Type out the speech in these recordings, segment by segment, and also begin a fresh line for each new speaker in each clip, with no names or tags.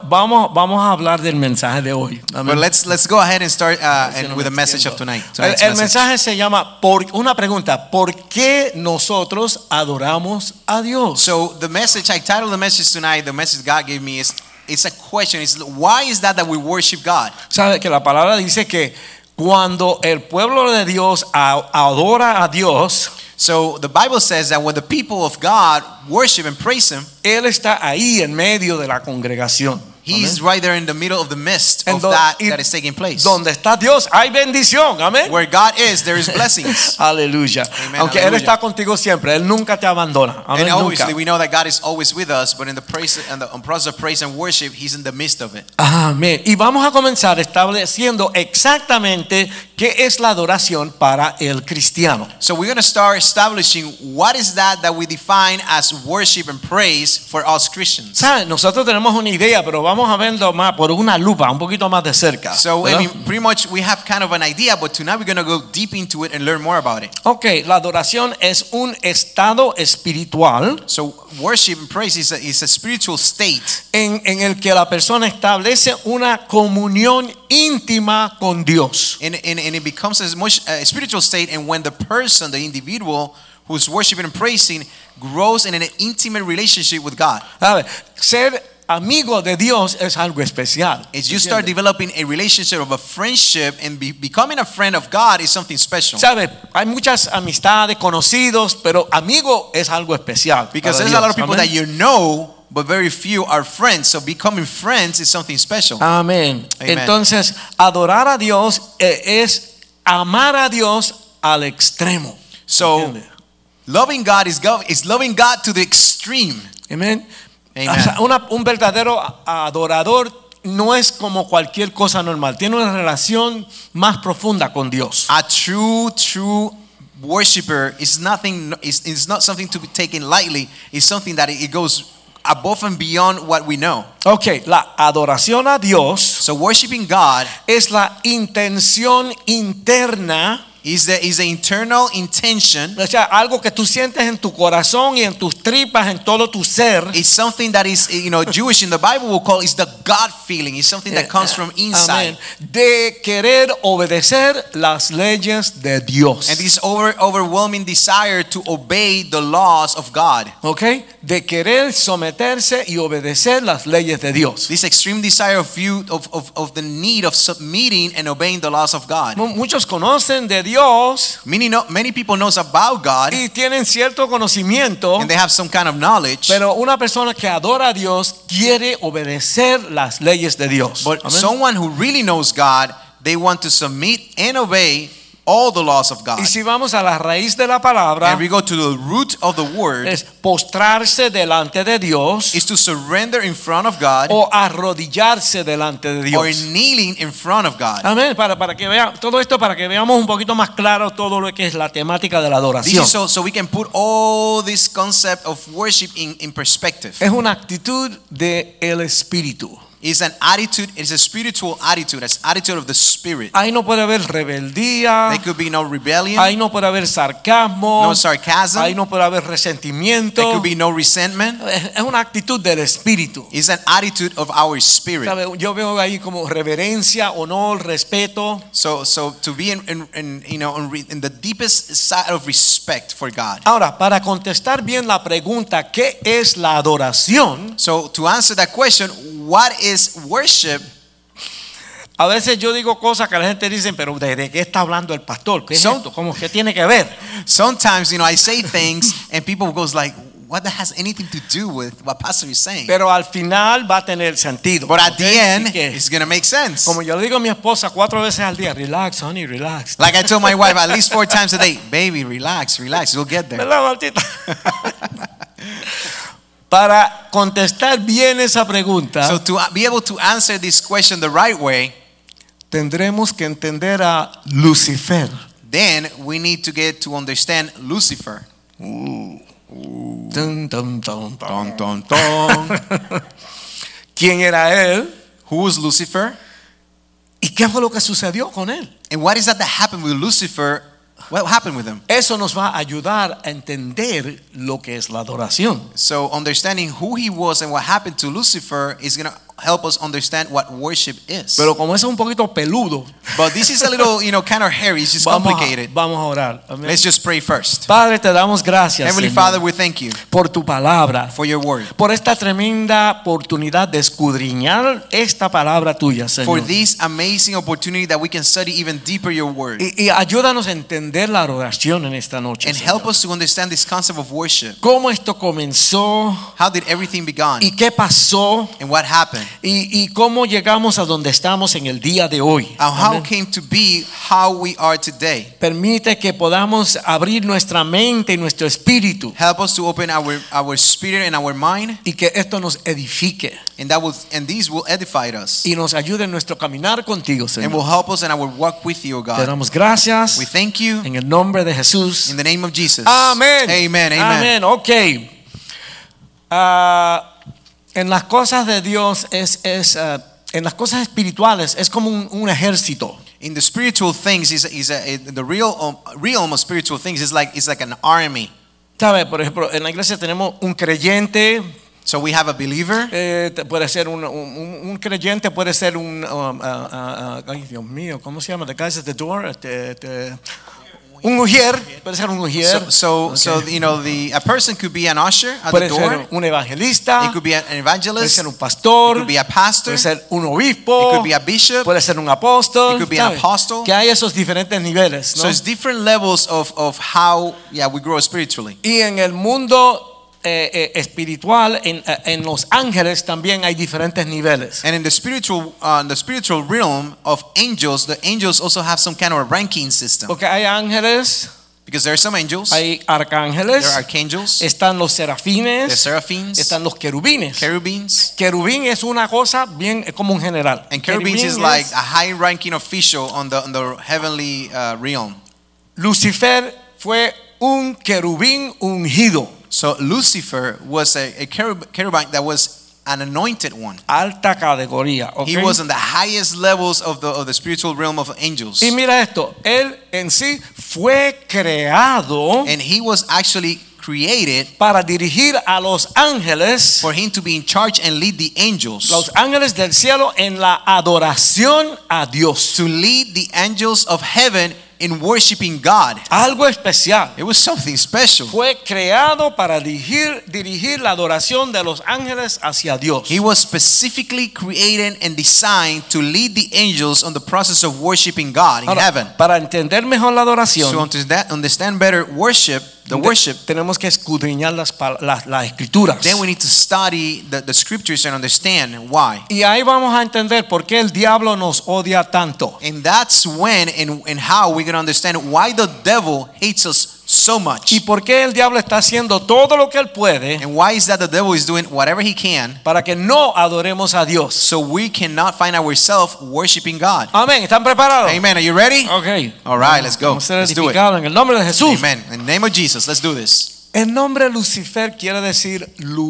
Vamos, vamos a hablar del mensaje de hoy. Amén.
But let's let's go ahead and start uh,
no
and
me
with the message
extiendo.
of tonight.
El,
Tonight's
el
message.
mensaje se llama por, una pregunta, ¿por qué nosotros adoramos a Dios?
So the message I titled the message tonight. The message God gave me is it's a question. It's why is that that we worship God?
Sabe que la palabra dice que cuando el pueblo de Dios a- adora a Dios,
So the Bible says that when the people of God worship and praise Him,
él está ahí en medio de la congregación.
He's right there in the middle of the midst
En
of
do-
that
y-
that is taking place.
Donde está Dios hay bendición, amén.
Where God is, there is blessings.
Aleluya.
Amen,
Aunque él
aleluya.
está contigo siempre, él nunca te abandona. Amén.
And
nunca.
obviously, we know that God is always with us, but in the praise and the in process of praise and worship, He's in the midst of it.
Amén. Y vamos a comenzar estableciendo exactamente qué es la adoración para el cristiano.
So we're going to start establishing what is that that we define as worship and praise for us Christians.
¿Saben? Nosotros tenemos una idea, pero vamos a verlo más por una lupa, un poquito más de cerca.
So I
¿verdad?
mean, pretty much we have kind of an idea, but tonight we're going to go deep into it and learn more about it.
ok, la adoración es un estado espiritual
So worship and praise is a, is a spiritual state
en, en el que la persona establece una comunión íntima con Dios.
and, and, and it becomes a, much, a spiritual state and when the person, the individual who's worshiping and praising grows in an intimate relationship with God.
¿Sabe? Ser amigo de Dios es algo especial.
As you start developing a relationship of a friendship and be, becoming a friend of God is something special.
¿Sabe? Hay muchas amistades, conocidos, pero amigo es algo especial.
Because
para
there's a lot of
Dios.
people
Amén.
that you know, but very few are friends. So becoming friends is something special.
Amén.
Amen.
Entonces, adorar a Dios eh, es amar a Dios al extremo.
so
¿Entiende?
loving God is, gov- is loving God to the extreme.
Amén.
Amen.
O sea, una- un verdadero a- adorador no es como cualquier cosa normal. Tiene una relación más profunda con Dios.
A true, true worshiper is nothing. Is, is not something to be taken lightly. It's something that it, it goes above and beyond what we know.
Ok, la adoración a Dios
So worshiping God
es la intención interna
is the is the internal intention.
O sea, algo que tú sientes en tu corazón y en tus tripas, en todo tu ser.
It's something that is you know Jewish in the Bible will call is the God feeling. It's something that comes from
Eh, Amén.
inside.
De querer obedecer las leyes de Dios.
And this over, overwhelming desire to obey the laws of God.
¿Ok? De querer someterse y obedecer las leyes de Dios.
This extreme desire of you of, of, of the need of submitting and obeying the laws of God.
Mu- Muchos conocen de Dios
Many know, many people knows about God
y tienen cierto conocimiento,
and they have some kind of knowledge.
pero una persona que adora a Dios quiere obedecer las leyes de Dios.
But
Amén.
someone who really knows God, they want to submit and obey all the laws of God.
y si vamos a la raíz de la palabra,
And we go to the root of the word
es postrarse delante de Dios.
is to surrender in front of God
o arrodillarse delante de
or
Oh, Dios. Ah,
kneeling in front of God.
Amén. Para, para que vea todo esto para que veamos un poquito más claro todo lo que es la temática de la
This
adoración.
is so, so we can put all this concept of worship in, in perspective.
Es una actitud de el espíritu.
It's an attitude. It's a spiritual attitude. It's attitude of the spirit.
Ahí no puede haber rebeldía,
There could be no rebellion,
ahí no puede haber sarcasmo,
no sarcasm.
ahí no puede haber
There
resentimiento.
could be no resentment.
Es es una actitud del espíritu.
It's an attitude of our spirit.
¿Sabe? Yo veo ahí como reverencia, honor, respeto.
So, so to be in, in, in you know in, re- in the deepest side of respect for God.
Ahora, para contestar bien la pregunta, ¿qué es la adoración?
So to answer that question, what is worship?
A veces yo digo cosas que la gente dice, pero ¿de, de qué está hablando el pastor? ¿Qué es
Son-
esto? ¿Cómo que tiene que ver?
Sometimes you know I say things and people goes like, "What that has anything to do with what pastor is saying?"
Pero al final va a tener sentido.
But at
¿ok?
the
Así
end,
que,
it's gonna make sense.
como yo le digo a mi esposa cuatro veces al día, relax, honey, relax.
Like I told my wife at least four times a day, "Baby, relax, relax. We'll get there."
¿Verdad, Martita? Para contestar bien esa pregunta,
uh, So to be able to answer this question the right way,
tendremos que entender a Lucifer.
Then we need to get to understand Lucifer.
Tun, tun, tun, tun.
Dun, dun, dun.
¿Quién era él?
Who was Lucifer?
¿Y qué fue lo que sucedió con él?
And what is that that happened with Lucifer? What happened with him?
Eso nos va a ayudar a entender lo que es la adoración.
So understanding who he was and what happened to Lucifer is going to help us understand what worship is.
Pero como eso es un poquito peludo,
but this is a little, you know, kind of hairy. It's just
vamos a,
complicated.
vamos a orar. Amén.
Let's just pray first.
Padre, te damos gracias
Heavenly
Señor,
Father, we thank you
por tu palabra,
for your word,
por esta tremenda oportunidad de escudriñar esta palabra tuya,
for
Señor.
this amazing opportunity that we can study even deeper your word
Y, y ayúdanos a entender la adoración en esta noche.
and
Señor.
help us to understand this concept of worship.
¿Cómo esto comenzó?
How did everything begun
¿Y qué pasó?
and what happened?
¿Y, y cómo llegamos a donde estamos en el día de hoy?
And how
Amén.
it came to be how we are today.
Permite que podamos abrir nuestra mente y nuestro espíritu
Help us to open our, our spirit and our mind,
y que esto nos edifique
and that will and these will edify us
y nos ayude en nuestro caminar contigo,
and
Señor.
will help us in our walk with you, O
Te
God.
damos gracias
We thank you
en el nombre de Jesús.
in the name of Jesus.
Amén.
Amen. Amen.
Amén. Ok. Ah, en las cosas de Dios es, es, ah, en las cosas espirituales es como un, un ejército.
In the spiritual things is is a, in the real um, realm of spiritual things is like is like an army.
¿Sabe? Por ejemplo, en la iglesia tenemos un creyente,
So we have a believer.
eh, te- puede ser un, un- un- un creyente, puede ser un, um, ah, ah, ah, ay Dios mío, ¿cómo se llama? The guys at the door, este, este, un ujier, puede ser un ujier,
So so, so
Ok.
you know the a person could be an usher at the
puede ser
door.
un evangelista,
It could be an
puede
evangelist.
ser
It
un pastor,
could be a pastor.
puede
It
ser un obispo,
could be a bishop.
puede ser un apóstol,
It could be an
¿sabe?
apostle.
que hay esos diferentes niveles. ¿no?
So it's different levels of, of how yeah we grow spiritually.
y en el mundo eh, eh, espiritual, en, eh, en los ángeles también hay diferentes niveles.
And in the spiritual uh, in the spiritual realm of angels, the angels also have some kind of a ranking system
Porque hay ángeles,
because there are some angels, there
hay arcángeles,
are archangels,
están los
there are
serafines,
seraphims,
están los querubines.
cherubims,
Querubín es una cosa bien es como un general.
and cherubims
Querubín
is
es-
like a high-ranking official on the on the heavenly uh, realm.
Lucifer fue un querubín ungido,
So Lucifer was a, a cherub, cherubim that was an anointed one.
alta categoría. ¿ok?
He was on the highest levels of the of the spiritual realm of angels,
Y mira esto, él en sí fue creado
and he was actually created
para dirigir a los ángeles,
for him to be in charge and lead the angels.
los ángeles del cielo en la adoración a Dios.
to lead the angels of heaven in worshiping God.
Algo especial.
It was something special.
Fue creado para dirigir, dirigir la adoración de los ángeles hacia Dios.
He was specifically created and designed to lead the angels on the process of worshiping God in
Ahora,
heaven.
para entender mejor la
So
adoración,
to that- understand better worship, the
te-
worship,
tenemos que escudriñar las, pal- las, las escrituras.
then we need to study the, the scriptures and understand why.
Y ahí vamos a entender por qué el diablo nos odia tanto.
And that's when and, and how we're going to understand why the devil hates us so much.
Y por qué el diablo está haciendo todo lo que él puede
And why is that the devil is doing whatever he can
para que no adoremos a Dios.
so we cannot find ourselves worshiping God.
Amén. ¿Están preparados?
Amen. Are you ready?
Ok.
All right, let's go.
Vamos a ser
Let's do it.
edificados en el nombre de Jesús.
Amen. In the name of Jesus, let's do this.
El nombre Lucifer quiere decir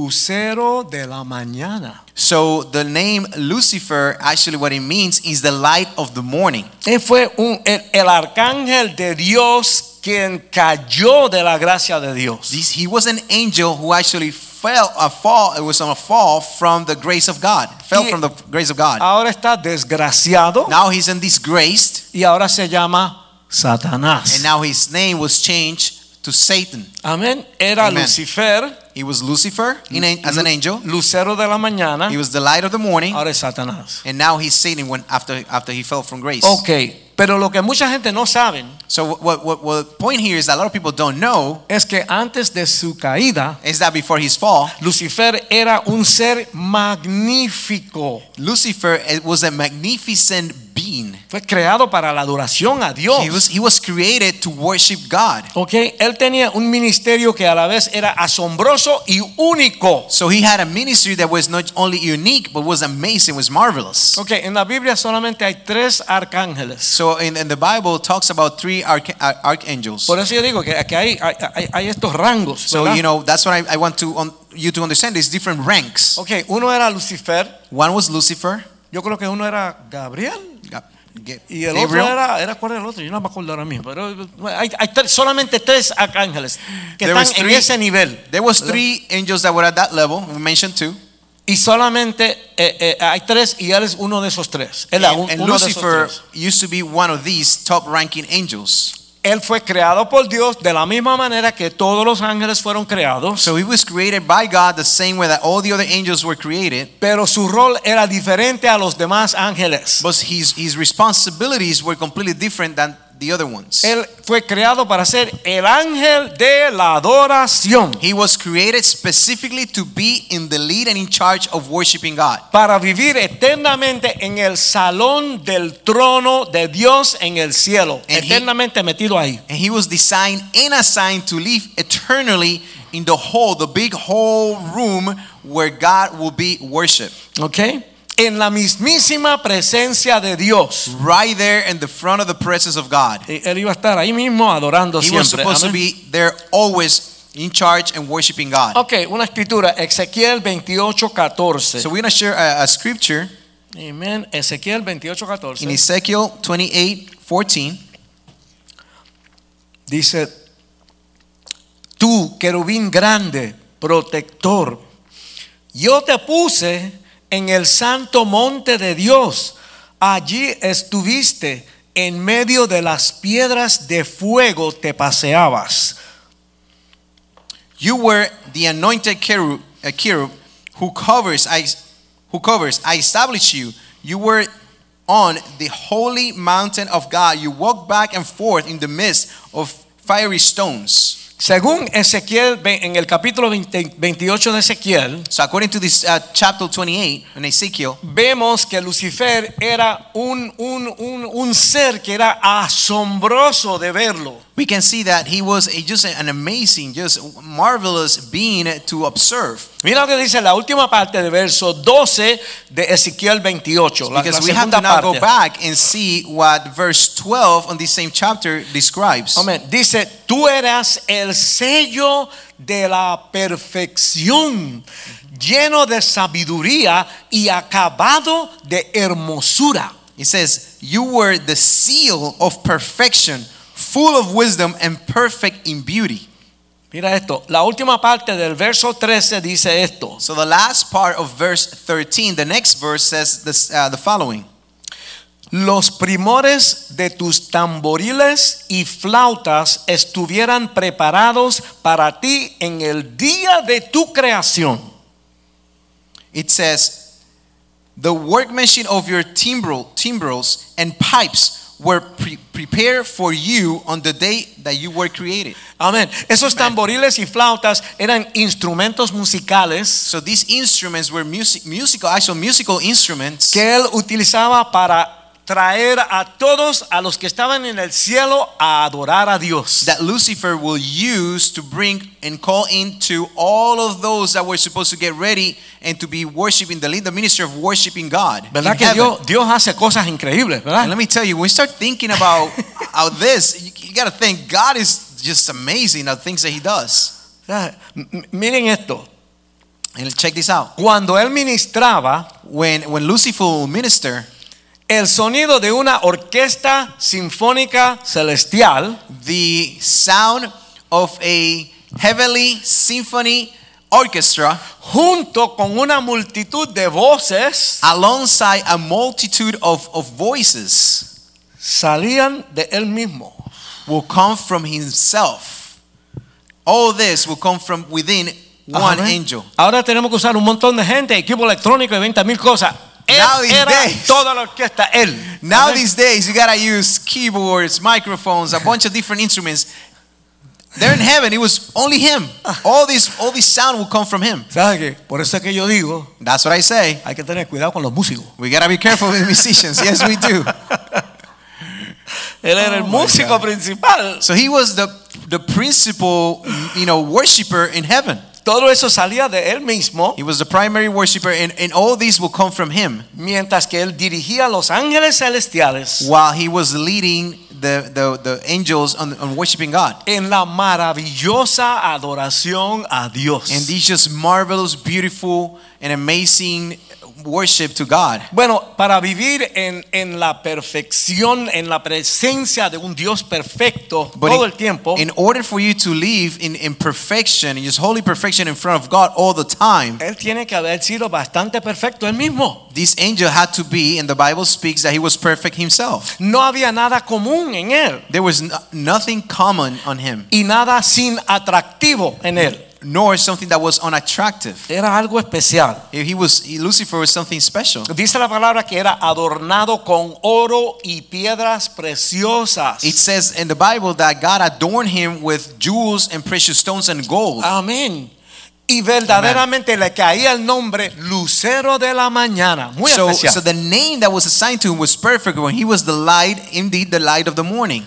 lucero de la mañana.
So the name Lucifer, actually, what it means is the light of the morning.
Él fue un- el, el arcángel de Dios quien cayó de la gracia de Dios.
This- He was an angel who actually fell a fall. It was on a fall from the grace of God. Fell
Y-
from the grace of God.
Ahora está desgraciado
Now he's in disgraced,
y ahora se llama
and
Satanás.
now his name was changed to Satan.
Amén. Era
Amen.
Lucifer,
He was Lucifer in a- as an angel.
lucero de la mañana,
He was the light of the morning,
ahora es Satanás.
and now he's Satan when after after he fell from grace.
Ok, pero lo que mucha gente no saben
So what what what the point here is that a lot of people don't know
es que antes de su caída,
is that before his fall,
Lucifer era un ser magnífico.
Lucifer it was a eh, magnificent being.
Fue creado para la adoración a
He
Dios.
was, he was created to worship God.
Ok, él tenía un ministerio que a la vez era asombroso y único.
So he had a ministry that was not only unique, but was amazing, was marvelous.
Ok, en la Biblia solamente hay tres arcángeles.
So in, in the Bible it talks about three arch, uh, archangels.
Por eso yo digo que, que hay, hay, hay- hay estos rangos.
so
¿verdad?
you know that's what I, I want to on, you to understand. There's different ranks.
ok, uno era Lucifer,
One was Lucifer.
yo creo que uno era Gabriel.
Ga- Ga-
Y el
Gabriel.
otro era, era, ¿cuál era el otro? Yo no me acuerdo ahora mismo, pero hay, hay tres- solamente tres arcángeles que
There was
están en
three-
ese nivel.
There was
¿verdad?
three angels that were at that level. We mentioned two.
Y solamente eh, eh, hay tres y él es uno de esos tres. Él, es un-
And, and
uno de esos
Lucifer
tres.
used to be one of these top-ranking angels.
Él fue creado por Dios de la misma manera que todos los ángeles fueron creados,
So he was created by God the same way that all the other angels were created.
pero su rol era diferente a los demás ángeles.
But his, his responsibilities were completely different than the other ones.
Él fue creado para ser el ángel de la adoración,
He was created specifically to be in the lead and in charge of worshiping God.
para vivir eternamente en el salón del trono de Dios en el cielo,
And he-
eternamente metido ahí.
And he was designed and assigned to live eternally in the whole, the big whole room where God will be worshiped.
¿Ok? En la mismísima presencia de Dios.
Right there in the front of the presence of God.
Y Él iba a estar ahí mismo adorando
He was
siempre.
supposed to
Amén.
be there always in charge and worshiping God.
Ok, una escritura, Ezequiel 28, 14.
So we're going to share a, a scripture
Amén. Ezequiel 28,
in
14.
Ezekiel 28 14.
Dice, tú, querubín grande, protector, yo te puse en el santo monte de Dios. Allí estuviste, en medio de las piedras de fuego te paseabas.
You were the anointed cherub, uh, cherub who covers I who covers I establish you. You were on the holy mountain of God. You walked back and forth in the midst of fiery stones.
Según Ezequiel, ve- en el capítulo 20 28 de Ezequiel,
So according to this uh, chapter 28 in Ezekiel,
vemos que Lucifer era un, un, un, un ser que era asombroso de verlo.
we can see that he was a, just an amazing, just marvelous being to observe.
Mira lo que dice la última parte del verso 12 de Ezequiel 28. La, la
Because we have
segunda
to now go
parte.
back and see what verse 12 on this same chapter describes.
Amén. Dice, tú eras el sello de la perfección, lleno de sabiduría y acabado de hermosura.
It says, You were the seal of perfection, full of wisdom and perfect in beauty.
Mira esto, la última parte del verso 13 dice esto.
So the last part of verse 13, the next verse says this, uh, the following
los primores de tus tamboriles y flautas estuvieran preparados para ti en el día de tu creación.
It says, The workmanship of your timbrel, timbrels and pipes were pre- prepared for you on the day that you were created.
Amén. Esos tamboriles y flautas eran instrumentos musicales
So these instruments were music, musical, actual musical instruments.
que él utilizaba para traer a todos a los que estaban en el cielo a adorar a Dios.
that Lucifer will use to bring and call into all of those that were supposed to get ready and to be worshiping the lead, the ministry of worshiping God. in
¿Verdad que
heaven.
Dios, Dios hace cosas increíbles,
And
verdad?
let me tell you, when we start thinking about how this, you, you got to think God is just amazing at things that He does.
O sea, m- m- Miren esto.
And check this out:
Cuando él ministraba,
when when Lucifer will minister,
El sonido de una orquesta sinfónica celestial
the sound of a heavenly symphony orchestra
junto con una multitud de voces
alongside a multitude of, of voices
salían de él mismo.
will come from himself. All this will come from within one
Amén.
angel.
Ahora tenemos que usar un montón de gente, equipo electrónico y 20 mil cosas. Él
Nowadays-
era toda la orquesta, él.
Now
Amén.
these days you gotta use keyboards, microphones, a bunch of different instruments. They're in heaven. It was only him. All this, all this sound will come from him.
¿Sabes qué? Por eso es que yo digo,
That's what I say.
hay que tener cuidado con los músicos.
We gotta be careful with musicians. Yes, we do.
Él era el
Oh, my
músico
God.
principal.
So he was the the principal, you know, worshiper in heaven.
Todo eso salía de él mismo,
He was the primary worshiper, and, and all these will come from him.
mientras que él dirigía a los ángeles celestiales
While he was leading the the, the angels on, on worshiping God.
en la maravillosa adoración a Dios.
And these just marvelous, beautiful, and amazing worship to God.
Bueno, para vivir en, en la perfección, en la presencia de un Dios perfecto
But
todo
in,
el tiempo,
in order for you to live in, in perfection, in just holy perfection in front of God all the time,
él tiene que haber sido bastante perfecto él mismo.
this angel had to be, and the Bible speaks that he was perfect himself.
No había nada común en él
There was no, nothing common on him,
y nada sin atractivo en él.
nor something that was unattractive.
Era algo especial.
He was he- Lucifer was something special.
Dice la palabra que era adornado con oro y piedras preciosas.
It says in the Bible that God adorned him with jewels and precious stones and gold.
Amén. Y verdaderamente le caía el nombre Lucero de la Mañana. Muy
So,
especial.
so the name that was assigned to him was perfect when he was the light, indeed the light of the morning.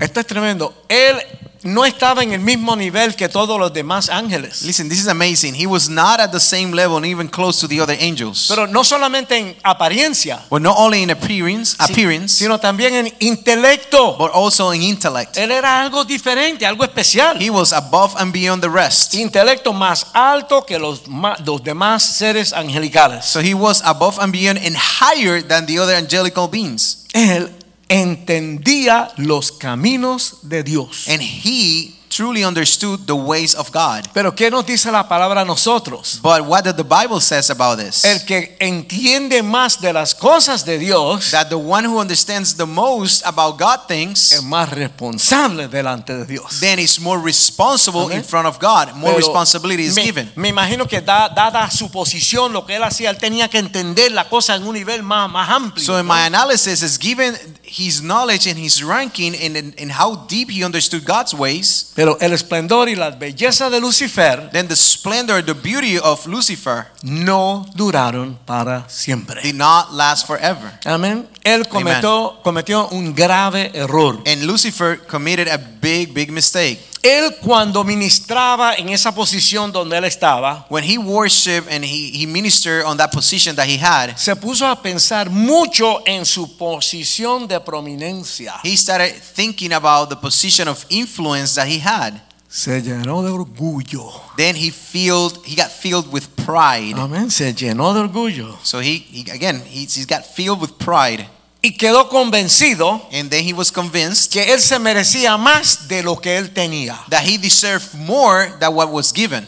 Esto es tremendo. Él no estaba en el mismo nivel que todos los demás ángeles.
Listen, this is amazing. He was not at the same level and even close to the other angels.
Pero no solamente en apariencia,
well, not only in appearance,
si-
appearance,
sino también en intelecto.
but also in intellect.
Él era algo diferente, algo especial.
He was above and beyond the rest.
intelecto más alto que los, ma- los demás seres angelicales.
So he was above and beyond and higher than the other angelical beings.
Él entendía los caminos de Dios.
And he truly understood the ways of God.
Pero ¿qué nos dice la palabra a nosotros?
But what did the Bible says about this?
El que entiende más de las cosas de Dios
that the one who understands the most about God
es
things
más responsable delante de Dios.
then is more responsible
Amen.
in front of God. More
Pero
responsibility is
me,
given.
me imagino que da- dada su posición, lo que él hacía, él tenía que entender la cosa en un nivel más, más amplio.
So in
¿no?
my analysis is given his knowledge and his ranking and, and, and how deep he understood God's ways,
Pero el esplendor y la belleza de Lucifer
then the splendor, the beauty of Lucifer
no duraron para siempre.
did not last forever.
Amén. Él cometió, cometió un grave error.
And Lucifer committed a big, big mistake.
Él cuando ministraba en esa posición donde él estaba,
When he worshiped and he, he ministered on that position that he had,
se puso a pensar mucho en su posición de prominencia.
he started thinking about the position of influence that he had.
Se llenó de orgullo.
Then he filled, he got filled with pride.
Amén. Se llenó de orgullo.
So he, he again, he, he got filled with pride.
y quedó convencido
And then he was convinced
que él se merecía más de lo que él tenía.
that he deserved more than what was given.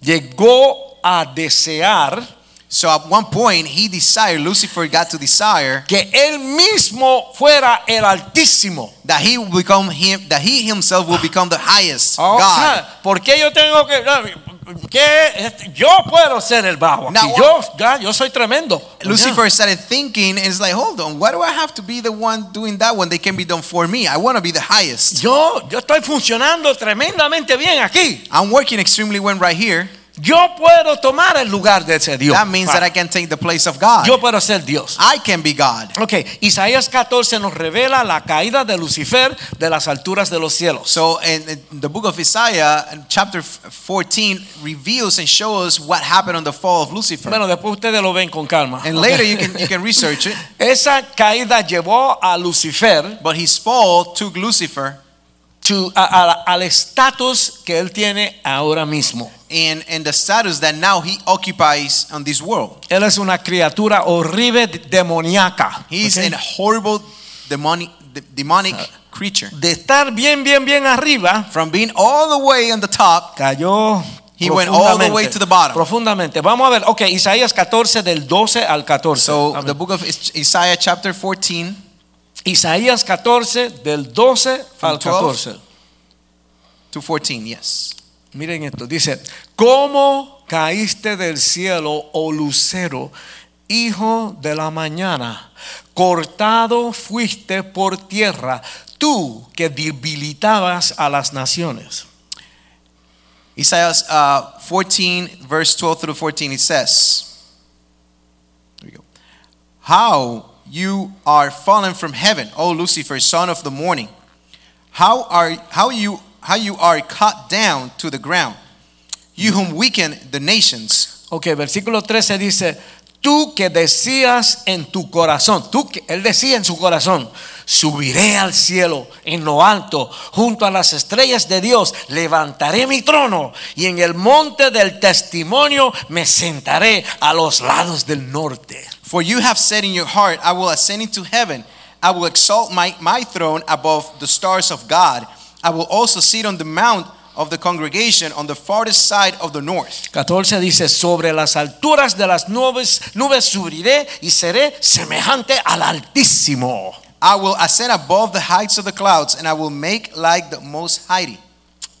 Llegó a desear
So at one point, he desired, Lucifer got to desire
que él mismo fuera el altísimo.
that he will become him, that he himself will become the highest
O
God.
sea, Oh, ah, ¿por qué yo tengo que que yo puedo ser el bajo? aquí?
Now,
yo ya, yo soy tremendo.
Lucifer started thinking, and it's like, hold on, why do I have to be the one doing that when they can be done for me? I want to be the highest.
Yo yo estoy funcionando tremendamente bien aquí.
I'm working extremely well right here.
Yo puedo tomar el lugar de ese Dios. Ah,
That means that I Ah. can take the place of God.
yo puedo ser Dios.
I can be God.
Ok, Isaías 14 nos revela la caída de Lucifer de las alturas de los cielos.
So, in in the book of Isaiah, in chapter f- 14, reveals and shows what happened on the fall of Lucifer.
Bueno, después ustedes lo ven con calma.
And later you can you can research it.
Esa caída llevó a Lucifer
But his fall took Lucifer
to- a- a- al estatus que él tiene ahora mismo.
in in the status that now he occupies on this world.
Él es una criatura horrible, de- demoníaca.
He's
Ok.
an horrible demonic de- demonic creature.
Uh, De estar bien, bien, bien arriba,
From being all the way on the top,
cayó.
He went all the way
profundamente,
to the bottom.
Profundamente. Vamos a ver. Ok, Isaías 14 del 12 al 14.
so
Amén.
the book of Is- Isaiah chapter 14
Isaías 14 del 12
From
al
12.
14.
to 14, yes.
Miren esto, dice, ¿cómo caíste del cielo, oh lucero, hijo de la mañana? Cortado fuiste por tierra, tú que debilitabas a las naciones.
Isaiah uh, 14, verse 12 through 14, it says, There you go. How you are fallen from heaven, O Lucifer, son of the morning. How are how you how you are cut down to the ground, you whom weaken the nations.
Ok, versículo 13 dice, tú que decías en tu corazón, tú que, él decía en su corazón, subiré al cielo en lo alto, junto a las estrellas de Dios, levantaré mi trono y en el monte del testimonio me sentaré a los lados del norte.
For you have said in your heart, I will ascend into heaven, I will exalt my, my throne above the stars of God. I will also sit on the mount of the congregation on the farthest side of the north.
14 dice, sobre las alturas de las nubes, nubes subiré y seré semejante al Altísimo.
I will ascend above the heights of the clouds, and I will make like the most high.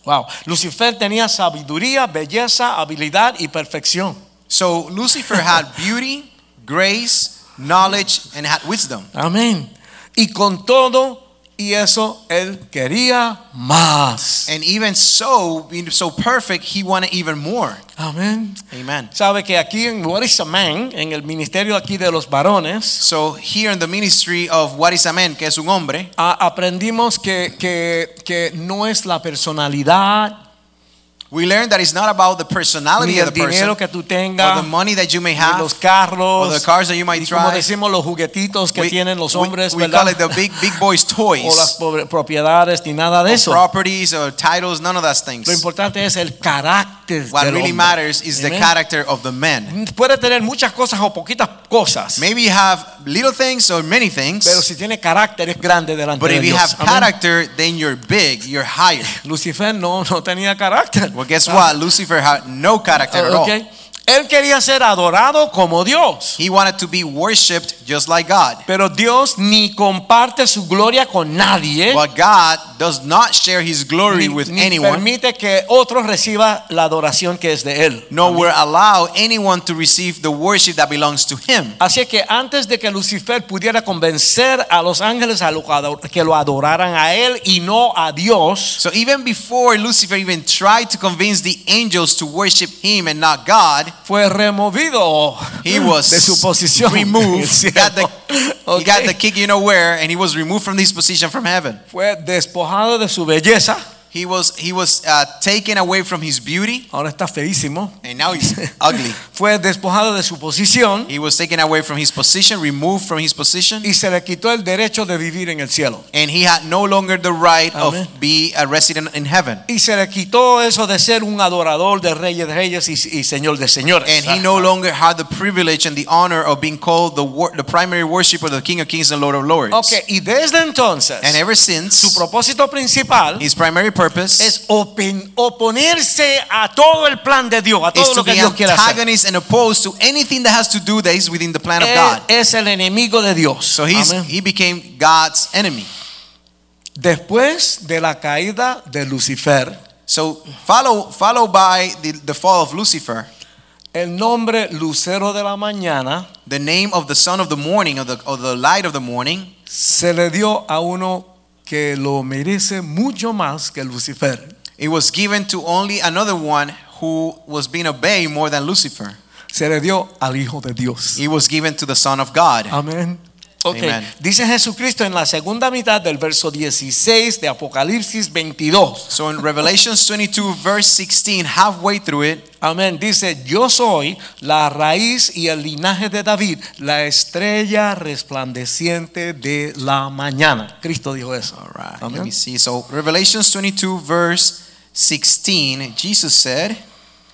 Wow, Lucifer tenía sabiduría, belleza, habilidad y perfección.
So Lucifer had beauty, grace, knowledge, and had wisdom.
Amén. Y con todo y eso él quería más.
And even so, being so perfect, he wanted even more.
Amén.
Amen.
Sabe que aquí en What is a Man, en el ministerio aquí de los varones,
So here in the ministry of What is a Man, que es un hombre,
a- aprendimos que, que, que no es la personalidad,
we learned that it's not about the personality
ni
of
el
the person
dinero
or
que tú tengas,
the money that you may
ni los
have.
carros,
or the cars that you might
y como
drive.
decimos los juguetitos que
We,
tienen los
we-
hombres,
we
¿verdad?
call it the big big boys
o las
toys,
pobre- propiedades ni nada de
or
eso.
properties or titles, none of those
Lo
things.
importante es el carácter
What
del
really
hombre.
matters is the
Amen.
character of the man.
Puede tener muchas cosas o poquitas cosas,
Maybe you have little things or many things,
pero si tiene carácter es grande delante
but
de
if you
Dios.
have
Amén.
character, then you're big, you're higher.
Lucifer no, no tenía carácter.
Well, guess
Ah.
what? Lucifer had no character at all.
Ok. Él quería ser adorado como Dios,
He wanted to be worshipped just like God.
pero Dios ni comparte su gloria con nadie,
But God does not share his glory
Eh? ni,
with
ni
anyone,
permite que otro reciba la adoración que es de él.
nor will allow anyone to receive the worship that belongs to him.
Así que antes de que Lucifer pudiera convencer a los ángeles a lo que ador- que lo adoraran a él y no a Dios,
So even before Lucifer even tried to convince the angels to worship him and not God,
fue removido
he was
de su posición. en el
removed. He
cielo.
got, the, he got
Ok.
the kick you know where, and he was removed from this position from heaven.
Fue despojado de su belleza.
He was he was uh, taken away from his beauty,
Ahora está feísimo.
and now he's ugly.
Fue despojado de su posición
He was taken away from his position, removed from his position,
y se le quitó el derecho de vivir en el cielo.
and he had no longer the right
Amen.
of be a resident in heaven.
Y se le quitó eso de ser un adorador de reyes de reyes y, y señor de señores.
And he no longer had the privilege and the honor of being called the wor- the primary worshiper of the King of Kings and Lord of Lords.
ok, y desde entonces,
And ever
su
since,
propósito principal
his primary purpose
es opin- oponerse a todo el plan de Dios, a
is
todo
to
lo que
be
Dios quiere hacer.
antagonist and opposed to anything that has to do that is within the plan of
Él
God.
es el enemigo de Dios.
So he's,
Amén.
he became God's enemy.
Después de la caída de Lucifer,
So follow follow by the, the fall of Lucifer.
el nombre Lucero de la Mañana
the name of the son of the morning or the, or the light of the morning
se le dio a uno que lo merece mucho más que Lucifer.
it was given to only another one who was being obeyed more than lucifer
Se le dio al Hijo de Dios.
it was given to the son of god
Amén. Ok,
Amen.
Dice Jesucristo en la segunda mitad del verso 16 de Apocalipsis 22.
so in revelations 22 verse 16 halfway through it
Amén. Dice, yo soy la raíz y el linaje de David, la estrella resplandeciente de la mañana. Cristo dijo eso.
all right let me
Amén.
see so revelations 22 verse 16 jesus said let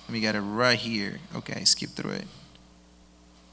me get it right here okay skip through it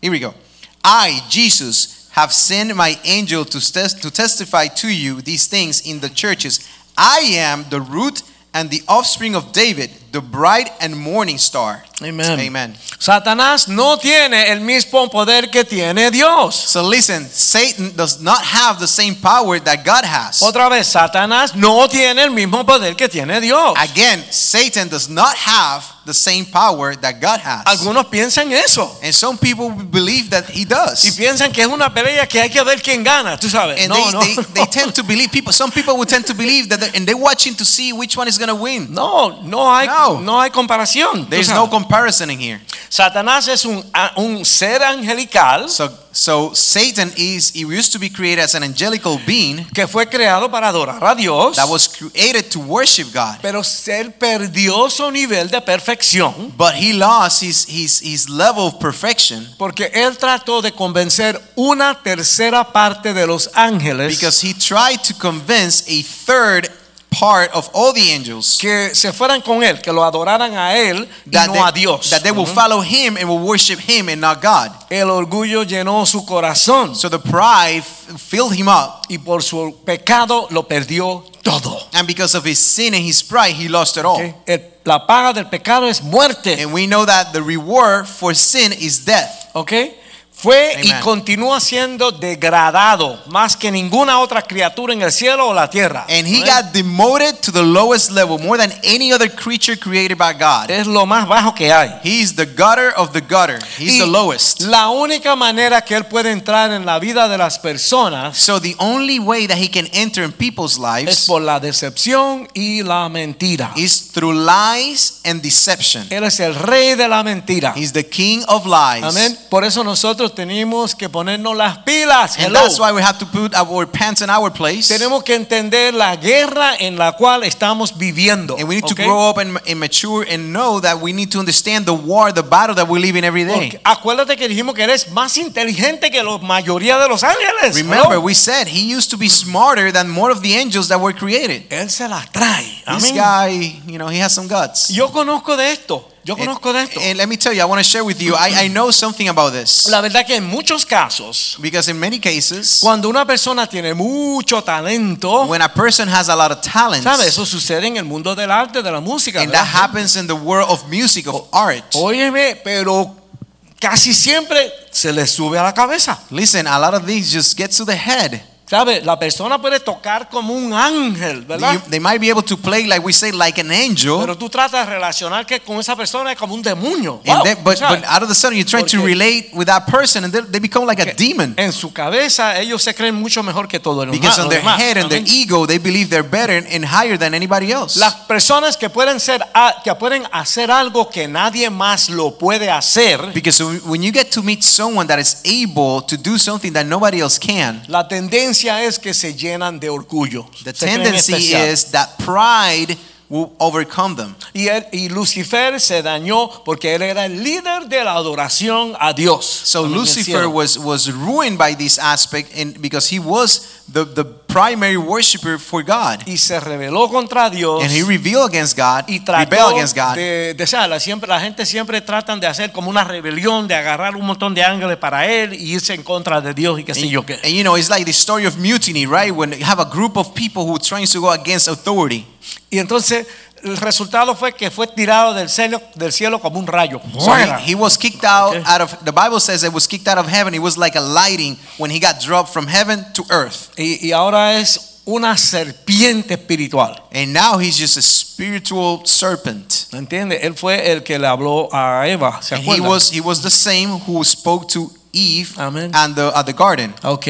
here we go i jesus have sent my angel to, tes- to testify to you these things in the churches I am the root and the offspring of David, the bright and morning star.
Amen.
Amen.
Satanás no tiene el mismo poder que tiene Dios.
So listen, Satan does not have the same power that God has.
Otra vez, Satanás no tiene el mismo poder que tiene Dios.
Again, Satan does not have the same power that God has.
Algunos piensan eso.
And some people believe that he
Y
does.
piensan que es una pelea que hay que ver quién gana, tú sabes.
And
No,
they,
no.
they, they tend to believe people. Some people would tend to believe that, they're- and they're watching to see which one is going to win.
No, no hay,
No.
no. hay comparación. tú
There's
sabes.
no comparison in here.
Satanás es un, a- un ser angelical
So, so Satan is he used to be created as an angelical being
que fue creado para adorar a Dios,
that was created to worship God,
pero ser perdió su nivel de perfección
but he lost his his his level of perfection
porque él trató de convencer una tercera parte de los ángeles
because he tried to convince a third part of all the angels
que se fueran con él, que lo adoraran a él y
that
no
they,
a Dios.
that they will follow him and will worship him and not God.
El orgullo llenó su corazón
So the pride f- filled him up,
y por su pecado lo perdió todo.
and because of his sin and his pride, he lost it all.
¿ok? El- la paga del pecado es muerte.
Oh. And we know that the reward for sin is death.
¿ok? Fue y
Amen.
continúa siendo degradado más que ninguna otra criatura en el cielo o la tierra.
And he
¿ok?
got demoted to the lowest level, more than any other creature created by God.
es lo más bajo que hay.
He's the gutter of the gutter. He's
Y
the lowest.
La única manera que él puede entrar en la vida de las personas
So the only way that he can enter in people's
es
lives
por la decepción y la mentira.
is through lies and deception.
Él es el rey de la mentira.
He's the king of lies.
Amén. Por eso nosotros tenemos que ponernos las pilas.
And
Hello.
that's why we have to put our pants in our place.
Tenemos que entender la guerra en la cual estamos viviendo.
And we need
¿ok?
to grow up and, and mature and know that we need to understand the war, the battle that we live in every day.
Porque acuérdate que dijimos que eres más inteligente que la mayoría de los ángeles.
Remember,
Hello.
we said he used to be smarter than more of the angels that were created.
Él se las trae.
This
Amén.
guy, you know, he has some guts.
Yo conozco de esto. Yo
and,
conozco de esto.
and let me tell you, I want to share with you, I, I know something about this.
La verdad que en muchos casos,
Because in many cases,
cuando una persona tiene mucho talento,
when a person has a lot of talents,
¿sabes? Eso sucede en el mundo del arte, de la música.
and that
¿verdad?
happens in the world of music, of art.
Óyeme, pero casi siempre se le sube a la cabeza.
Listen, a lot of these just get to the head.
¿Sabe? La persona puede tocar como un ángel, ¿verdad?
You- they might be able to play, like we say, like an angel.
pero tú tratas de relacionar que con esa persona es como un demonio. Wow,
And then, but,
¿sabes?
but out of the sudden, you're trying to
Porque- eh,
relate with that person, and they, they become like a demon.
en su cabeza ellos se creen mucho mejor que todo el
Because
humano,
on their
demás.
head and their
Amén.
ego, they believe they're better and, and higher than anybody else.
Las personas que pueden ser a- que pueden hacer algo que nadie más lo puede hacer,
Because when- when you get to meet someone that is able to do something that nobody else can,
la tendencia es que se llenan de orgullo.
the
se creen
tendency
especial.
is that pride will overcome them.
y, él- y Lucifer se dañó porque él era el líder de la adoración a Dios.
So
Amén, en el
Lucifer
cielo.
was, was ruined by this aspect and because he was the, the primary worshiper for God.
y se rebeló contra Dios.
And he revealed against God,
y trató
rebelled against God.
de, de- o sea, la, siempre, la gente siempre tratan de hacer como una rebelión, de agarrar un montón de ángeles para él y irse en contra de Dios y qué sé
And,
yo qué.
and you know, it's like the story of mutiny, right? When you have a group of people who are trying to go against authority.
Y entonces el resultado fue que fue tirado del cielo, del cielo como un rayo.
So he,
¡Fuera!
he was kicked out
Okay.
out of the Bible says it was kicked out of heaven. It was like a lighting when he got dropped from heaven to earth.
Y, y ahora es una serpiente espiritual.
And now he's just a spiritual serpent.
¿Me entiende? Él fue el que le habló a Eva. ¿Se
And he
acuerdan?
was he was the same who spoke to Eve
Amen.
and the at the garden.
Ok.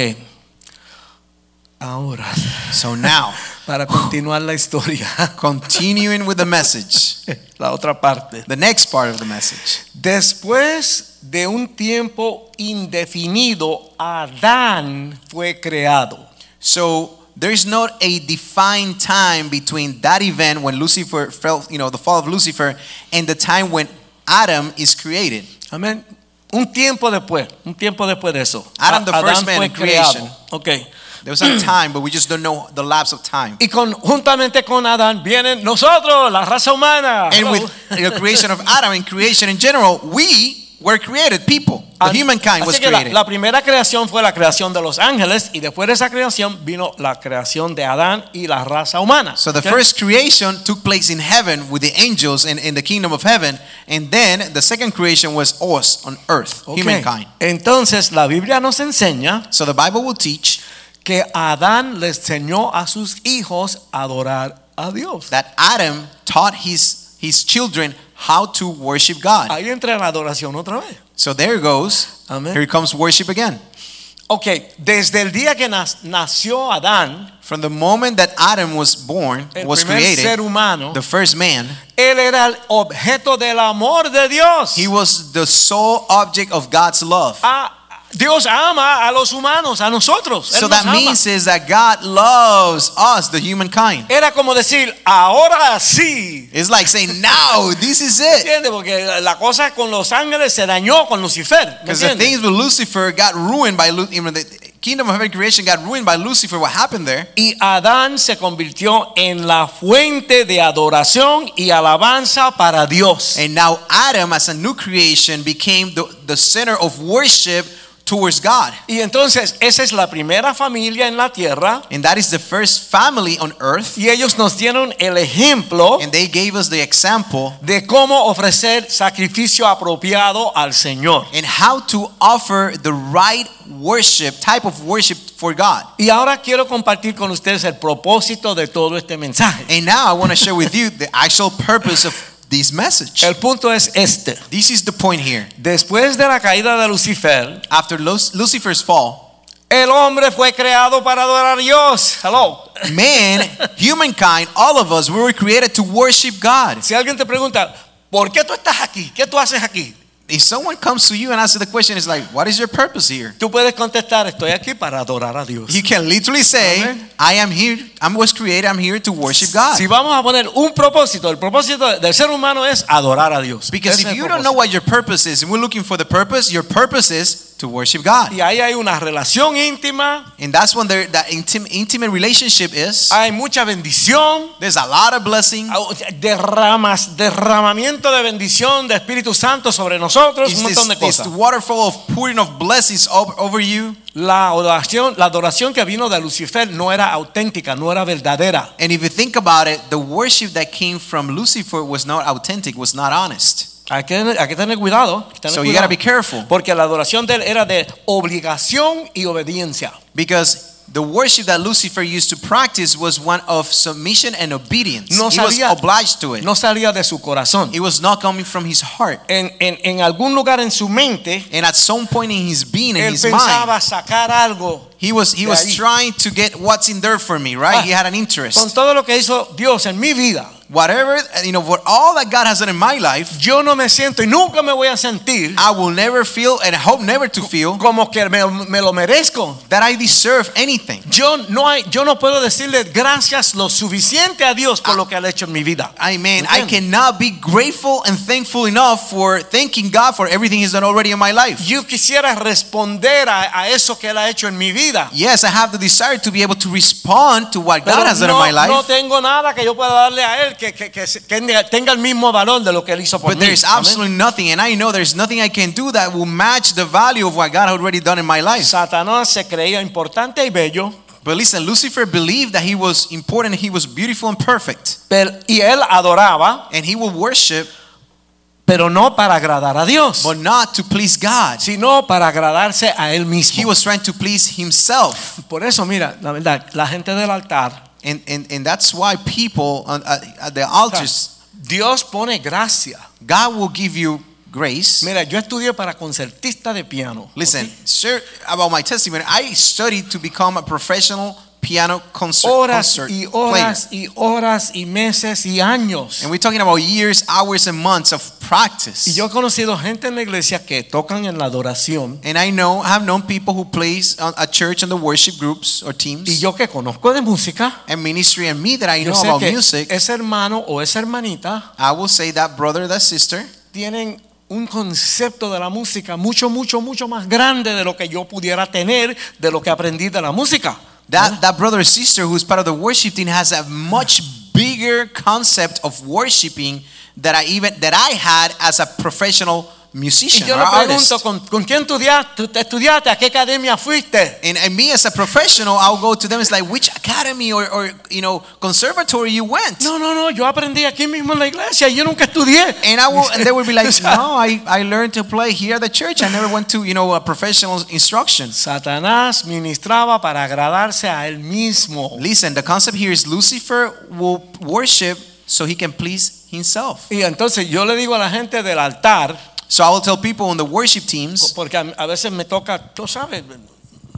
Ahora,
So now,
para continuar la historia,
continuing with the message,
la otra parte.
the next part of the message.
Después de un tiempo indefinido, Adán fue creado.
So there's not a defined time between that event when Lucifer fell, you know, the fall of Lucifer, and the time when Adam is created.
Amén. Un tiempo después, un tiempo después de eso.
Adam, the
A-
first man
fue
in creation.
creado. Ok.
There was a time, but we just don't know the lapse of time.
Y con- juntamente con Adán vienen nosotros, la raza humana.
And with eh,
Hello.
the creation of Adam and creation in general, we were created, people. The
Así-
humankind was
así que la,
created.
la primera creación fue la creación de los ángeles y después de esa creación vino la creación de Adán y la raza humana.
So the
Ok.
first creation took place in heaven with the angels and in the kingdom of heaven, and then the second creation was us on earth,
Ok.
humankind.
Entonces la Biblia nos enseña
So the Bible will teach
que Adán le enseñó a sus hijos a adorar a Dios.
that Adam taught his his children how to worship God.
Ahí entra la adoración otra vez.
So there it goes.
Amén.
Here comes worship again.
Ok, Ok, desde el día que nas- nació Adán,
From the moment that Adam was born,
el
was
primer ser
created,
humano,
the first man,
él era el objeto del amor de Dios.
he was the sole object of God's love.
Ah, Dios ama a los humanos, a nosotros. Él
So
nos
that
ama.
means is that God loves us, the humankind.
Era como decir, ahora sí.
It's like saying, now this is it.
¿Entiendes? Porque la cosa con los ángeles se dañó con Lucifer. ¿me
Because the
entiendes?
things with Lucifer got ruined by Lu- even the kingdom of heaven creation got ruined by Lucifer. What happened there?
Y Adán se convirtió en la fuente de adoración y alabanza para Dios.
And now Adam, as a new creation, became the, the center of worship towards God.
Y entonces esa es la primera familia en la tierra.
And that is the first family on earth.
Y ellos nos dieron el ejemplo
And they gave us the example
de cómo ofrecer sacrificio apropiado al Señor.
and how to offer the right worship, type of worship for God.
Y ahora quiero compartir con ustedes el propósito de todo este mensaje.
And now I want to share with you the actual purpose of this message.
El punto es este.
This is the point here.
Después de la caída de Lucifer,
After Lu- Lucifer's fall,
el hombre fue creado para adorar a Dios. Hello.
man, humankind, all of us, we were created to worship God.
Si alguien te pregunta, ¿por qué tú estás aquí? ¿Qué tú haces aquí?
If someone comes to you and asks the question, it's like, what is your purpose here?
Tú puedes contestar, estoy aquí para adorar a Dios.
You can literally say,
Amen.
I am here, I was created, I'm here to worship God.
Si vamos a poner un propósito, el propósito del ser humano es adorar a Dios.
Because
Ese
if
es el
you don't know
propósito.
what your purpose is, and we're looking for the purpose, your purpose is to worship God.
y ahí hay una relación íntima,
And that's when there, that intim- intimate relationship is.
hay mucha bendición,
There's a lot of blessing.
derramas, derramamiento de bendición de Espíritu Santo sobre nosotros,
It's
un montón de
this, this
cosas.
waterfall of pouring of blessings over, over you.
La adoración, la adoración que vino de Lucifer no era auténtica, no era verdadera.
And if you think about it, the worship that came from Lucifer was not authentic, was not honest.
Hay que, hay que tener cuidado. hay que tener
So you
cuidado.
gotta be careful.
Porque la adoración de él era de obligación y obediencia.
Because the worship that Lucifer used to practice was one of submission and obedience.
No
he was
salía-
obliged to it.
No salía de su corazón.
It was not coming from his heart.
En, en- en algún lugar en su mente,
And at some point in his being, in
él
his
pensaba
mind,
sacar algo.
he was he
de
was
ahí.
trying to get what's in there for me, right?
Ah,
he had an
Con
interest.
todo lo que hizo Dios en mi vida,
Whatever you know, for all that God has done in my life,
yo no me siento y nunca me voy a sentir
I will never feel, and I hope never to feel,
como que me, me lo merezco.
that I deserve anything.
Yo no, hay, yo no puedo decirle gracias lo suficiente a Dios por lo que ha hecho en mi vida.
I mean, I
Entiendo.
cannot be grateful and thankful enough for thanking God for everything He's done already in my life.
Yo quisiera responder a, a eso que Él ha hecho en mi vida.
Yes, I have the desire to be able to respond to what
Pero
God has done in
no,
my life.
no tengo nada que yo pueda darle a Él que, que- que se- que tenga el mismo valor de lo que Él hizo por
but
mí.
there's
Amén.
absolutely nothing, and I know there's nothing I can do that will match the value of what God had already done in my life.
Satanás se creía importante y bello.
But listen, Lucifer believed that he was important, he was beautiful and perfect,
pero- y él adoraba,
and he would worship,
pero no para agradar a Dios,
but not to please God.
sino para agradarse a él
He
mismo.
was trying to please himself,
Por eso, mira, la verdad, la gente del altar,
and and, and that's why people on, at, at the altars,
Dios pone gracia.
God will give you grace.
Mira, yo estudié para concertista de piano.
Listen, sir, about my testimony, I studied to become a professional piano concert,
Horas
concert
y
player.
horas y horas y meses y años.
And we're talking about years, hours, and months of practice.
Y yo he conocido gente en la iglesia que tocan en la adoración.
and I know I have known people who plays on- at church on the worship groups or teams.
Y yo que conozco de música,
and ministry and me that I
yo
know
sé
about
que
music,
ese hermano o esa hermanita
I will say that brother, that sister,
tienen un concepto de la música mucho, mucho, mucho más grande de lo que yo pudiera tener de lo que aprendí de la música.
that, that brother or sister who's part of the worship team has a much bigger concept of worshiping that I even that I had as a professional
Y
musician
yo
or
le
artist.
pregunto, ¿con, con quién estudiaste? ¿Tú estudiaste? ¿A qué academia fuiste?
And, and me as a professional, I'll go to them. It's like which academy or, or you know conservatory you went.
No, no, no, yo aprendí aquí mismo en la iglesia y yo nunca estudié.
And I will, and they will be like,
O sea,
no, I, I learned to play here at the church. I never went to you know a professional instruction.
Satanás ministraba para agradarse a él mismo.
Listen, the concept here is Lucifer will worship so he can please himself.
Y entonces yo le digo a la gente del altar,
So I will tell people on the worship teams
porque a, a veces me toca, tú sabes,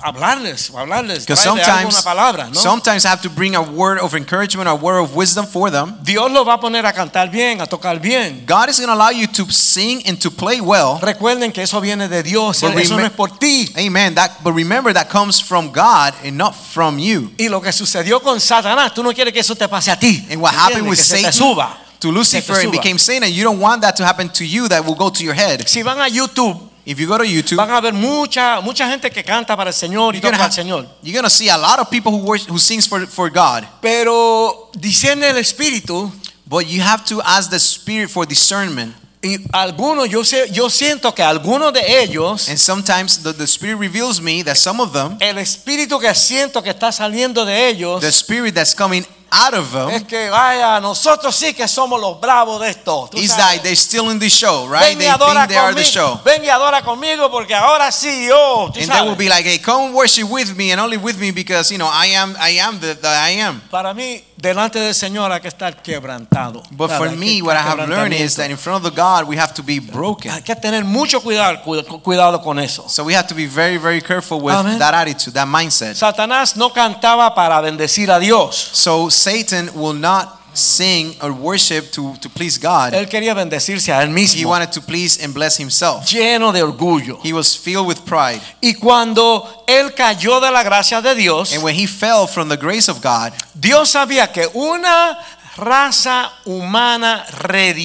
hablarles, hablarles,
Because
traerle algo, una
sometimes,
palabra, ¿no?
sometimes I have to bring a word of encouragement, a word of wisdom for them.
Dios lo va a poner a cantar bien, a tocar bien.
God is going to allow you to sing and to play well.
Recuerden que eso viene de Dios,
But
eso
remem-
no es por ti.
Amen. That, but remember, that comes from God and not from you.
Y lo que sucedió con Satanás, tú no quieres que eso te pase a ti.
And what happened
¿entiendes?
with
que se te
Satan
suba.
to Lucifer
Que te
and
suba.
became Satan, you don't want that to happen to you. That will go to your head.
Si van a YouTube,
If you go to YouTube,
van a ver mucha mucha gente que canta para el Señor y
you're gonna,
toca al
have-
Señor.
you're gonna see a lot of people who worship, who sings for for God.
Pero diciendo el espíritu,
But you have to ask the Spirit for discernment.
y algunos yo sé, yo siento que algunos de ellos
And sometimes the, the Spirit reveals me that some of them,
el espíritu que siento que está saliendo de ellos
the Spirit that's coming out of
es
them,
que vaya, nosotros sí que somos los bravos de esto. tú
is
sabes.
that they're still in the show, right?
ven y
They
adora
think they are the
conmigo.
show.
Ven y adora conmigo porque ahora sí yo, tú
And they
sabes.
will be like, hey, come worship with me and only with me because, you know, I am, I am the, the I am.
Para mí, delante del Señor hay que estar quebrantado.
But
Claro,
for
hay que
me,
estar
what I have learned
quebrantamiento.
is that in front of the God, we have to be broken.
hay que tener mucho cuidado, cu- cuidado con eso.
So we have to be very, very careful with
Amen.
that attitude, that mindset.
Satanás no cantaba para bendecir a Dios.
So Satan will not sing or worship to, to please God.
Él quería bendecirse a él
He
mismo,
wanted to please and bless himself.
lleno de orgullo.
He was filled with pride.
Y cuando él cayó de la gracia de Dios,
And when he fell from the grace of God,
Dios sabía que una raza humana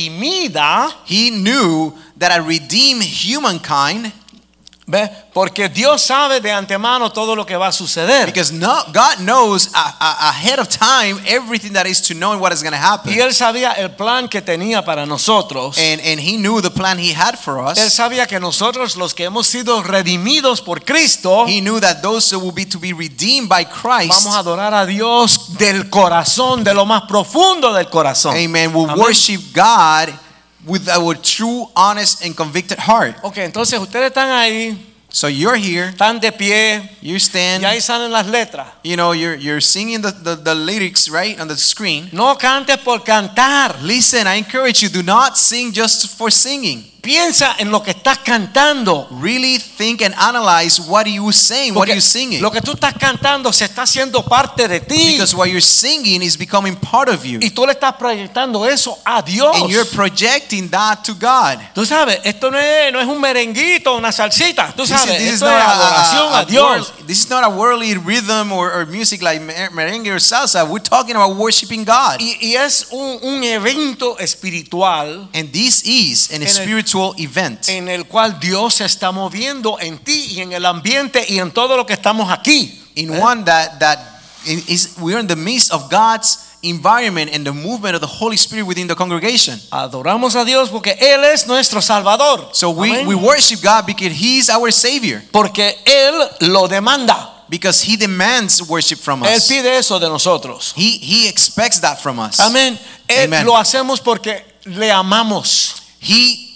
redimida,
he knew that I redeem humankind
¿ve? porque Dios sabe de antemano todo lo que va a suceder.
because no, God knows a, a- ahead of time everything that is to know and what is going to happen.
Y él sabía el plan que tenía para nosotros.
And, and he knew the plan he had for
Él
us.
sabía que nosotros los que hemos sido redimidos por Cristo
He knew that those who will be to be redeemed by Christ,
vamos a adorar a Dios del corazón, de lo más profundo del corazón.
amen, will
Amén.
worship God with our true, honest, and convicted heart.
Ok, entonces ustedes están ahí,
So you're here,
están de pie,
you
y ahí
stand,
salen las letras.
you know, you're, you're singing the, the, the lyrics right on the screen.
No cantes por cantar.
Listen, I encourage you, do not sing just for singing.
Piensa en lo que estás cantando.
Really think and analyze what are you saying, what are
Porque
you singing.
Lo que tú estás cantando se está haciendo parte de ti.
Because what you're singing is becoming part of you.
y tú le estás proyectando eso a Dios.
And you're projecting that to God.
Tú sabes, esto no es, no es un merenguito, una salsita. Tú
This
sabes,
is, this is
esto es
not a-
adoración
a,
a,
a,
Dios.
world- this is not a worldly rhythm or, or music like mer- merengue or salsa. We're talking about worshiping God.
Y, y es un, un evento espiritual
And this is an
el-
spiritual event
en el cual Dios se está moviendo en ti y en el ambiente y en todo lo que estamos aquí.
in one that that in- is we're in the midst of God's environment and the movement of the Holy Spirit within the congregation.
Adoramos a Dios porque Él es nuestro Salvador.
So we,
Amén.
we worship God because He's our Savior,
porque Él lo demanda.
because He demands worship from
Él
us.
pide eso de nosotros.
He, he expects that from us.
Amén. Él-
Amen.
Lo hacemos porque le amamos.
He,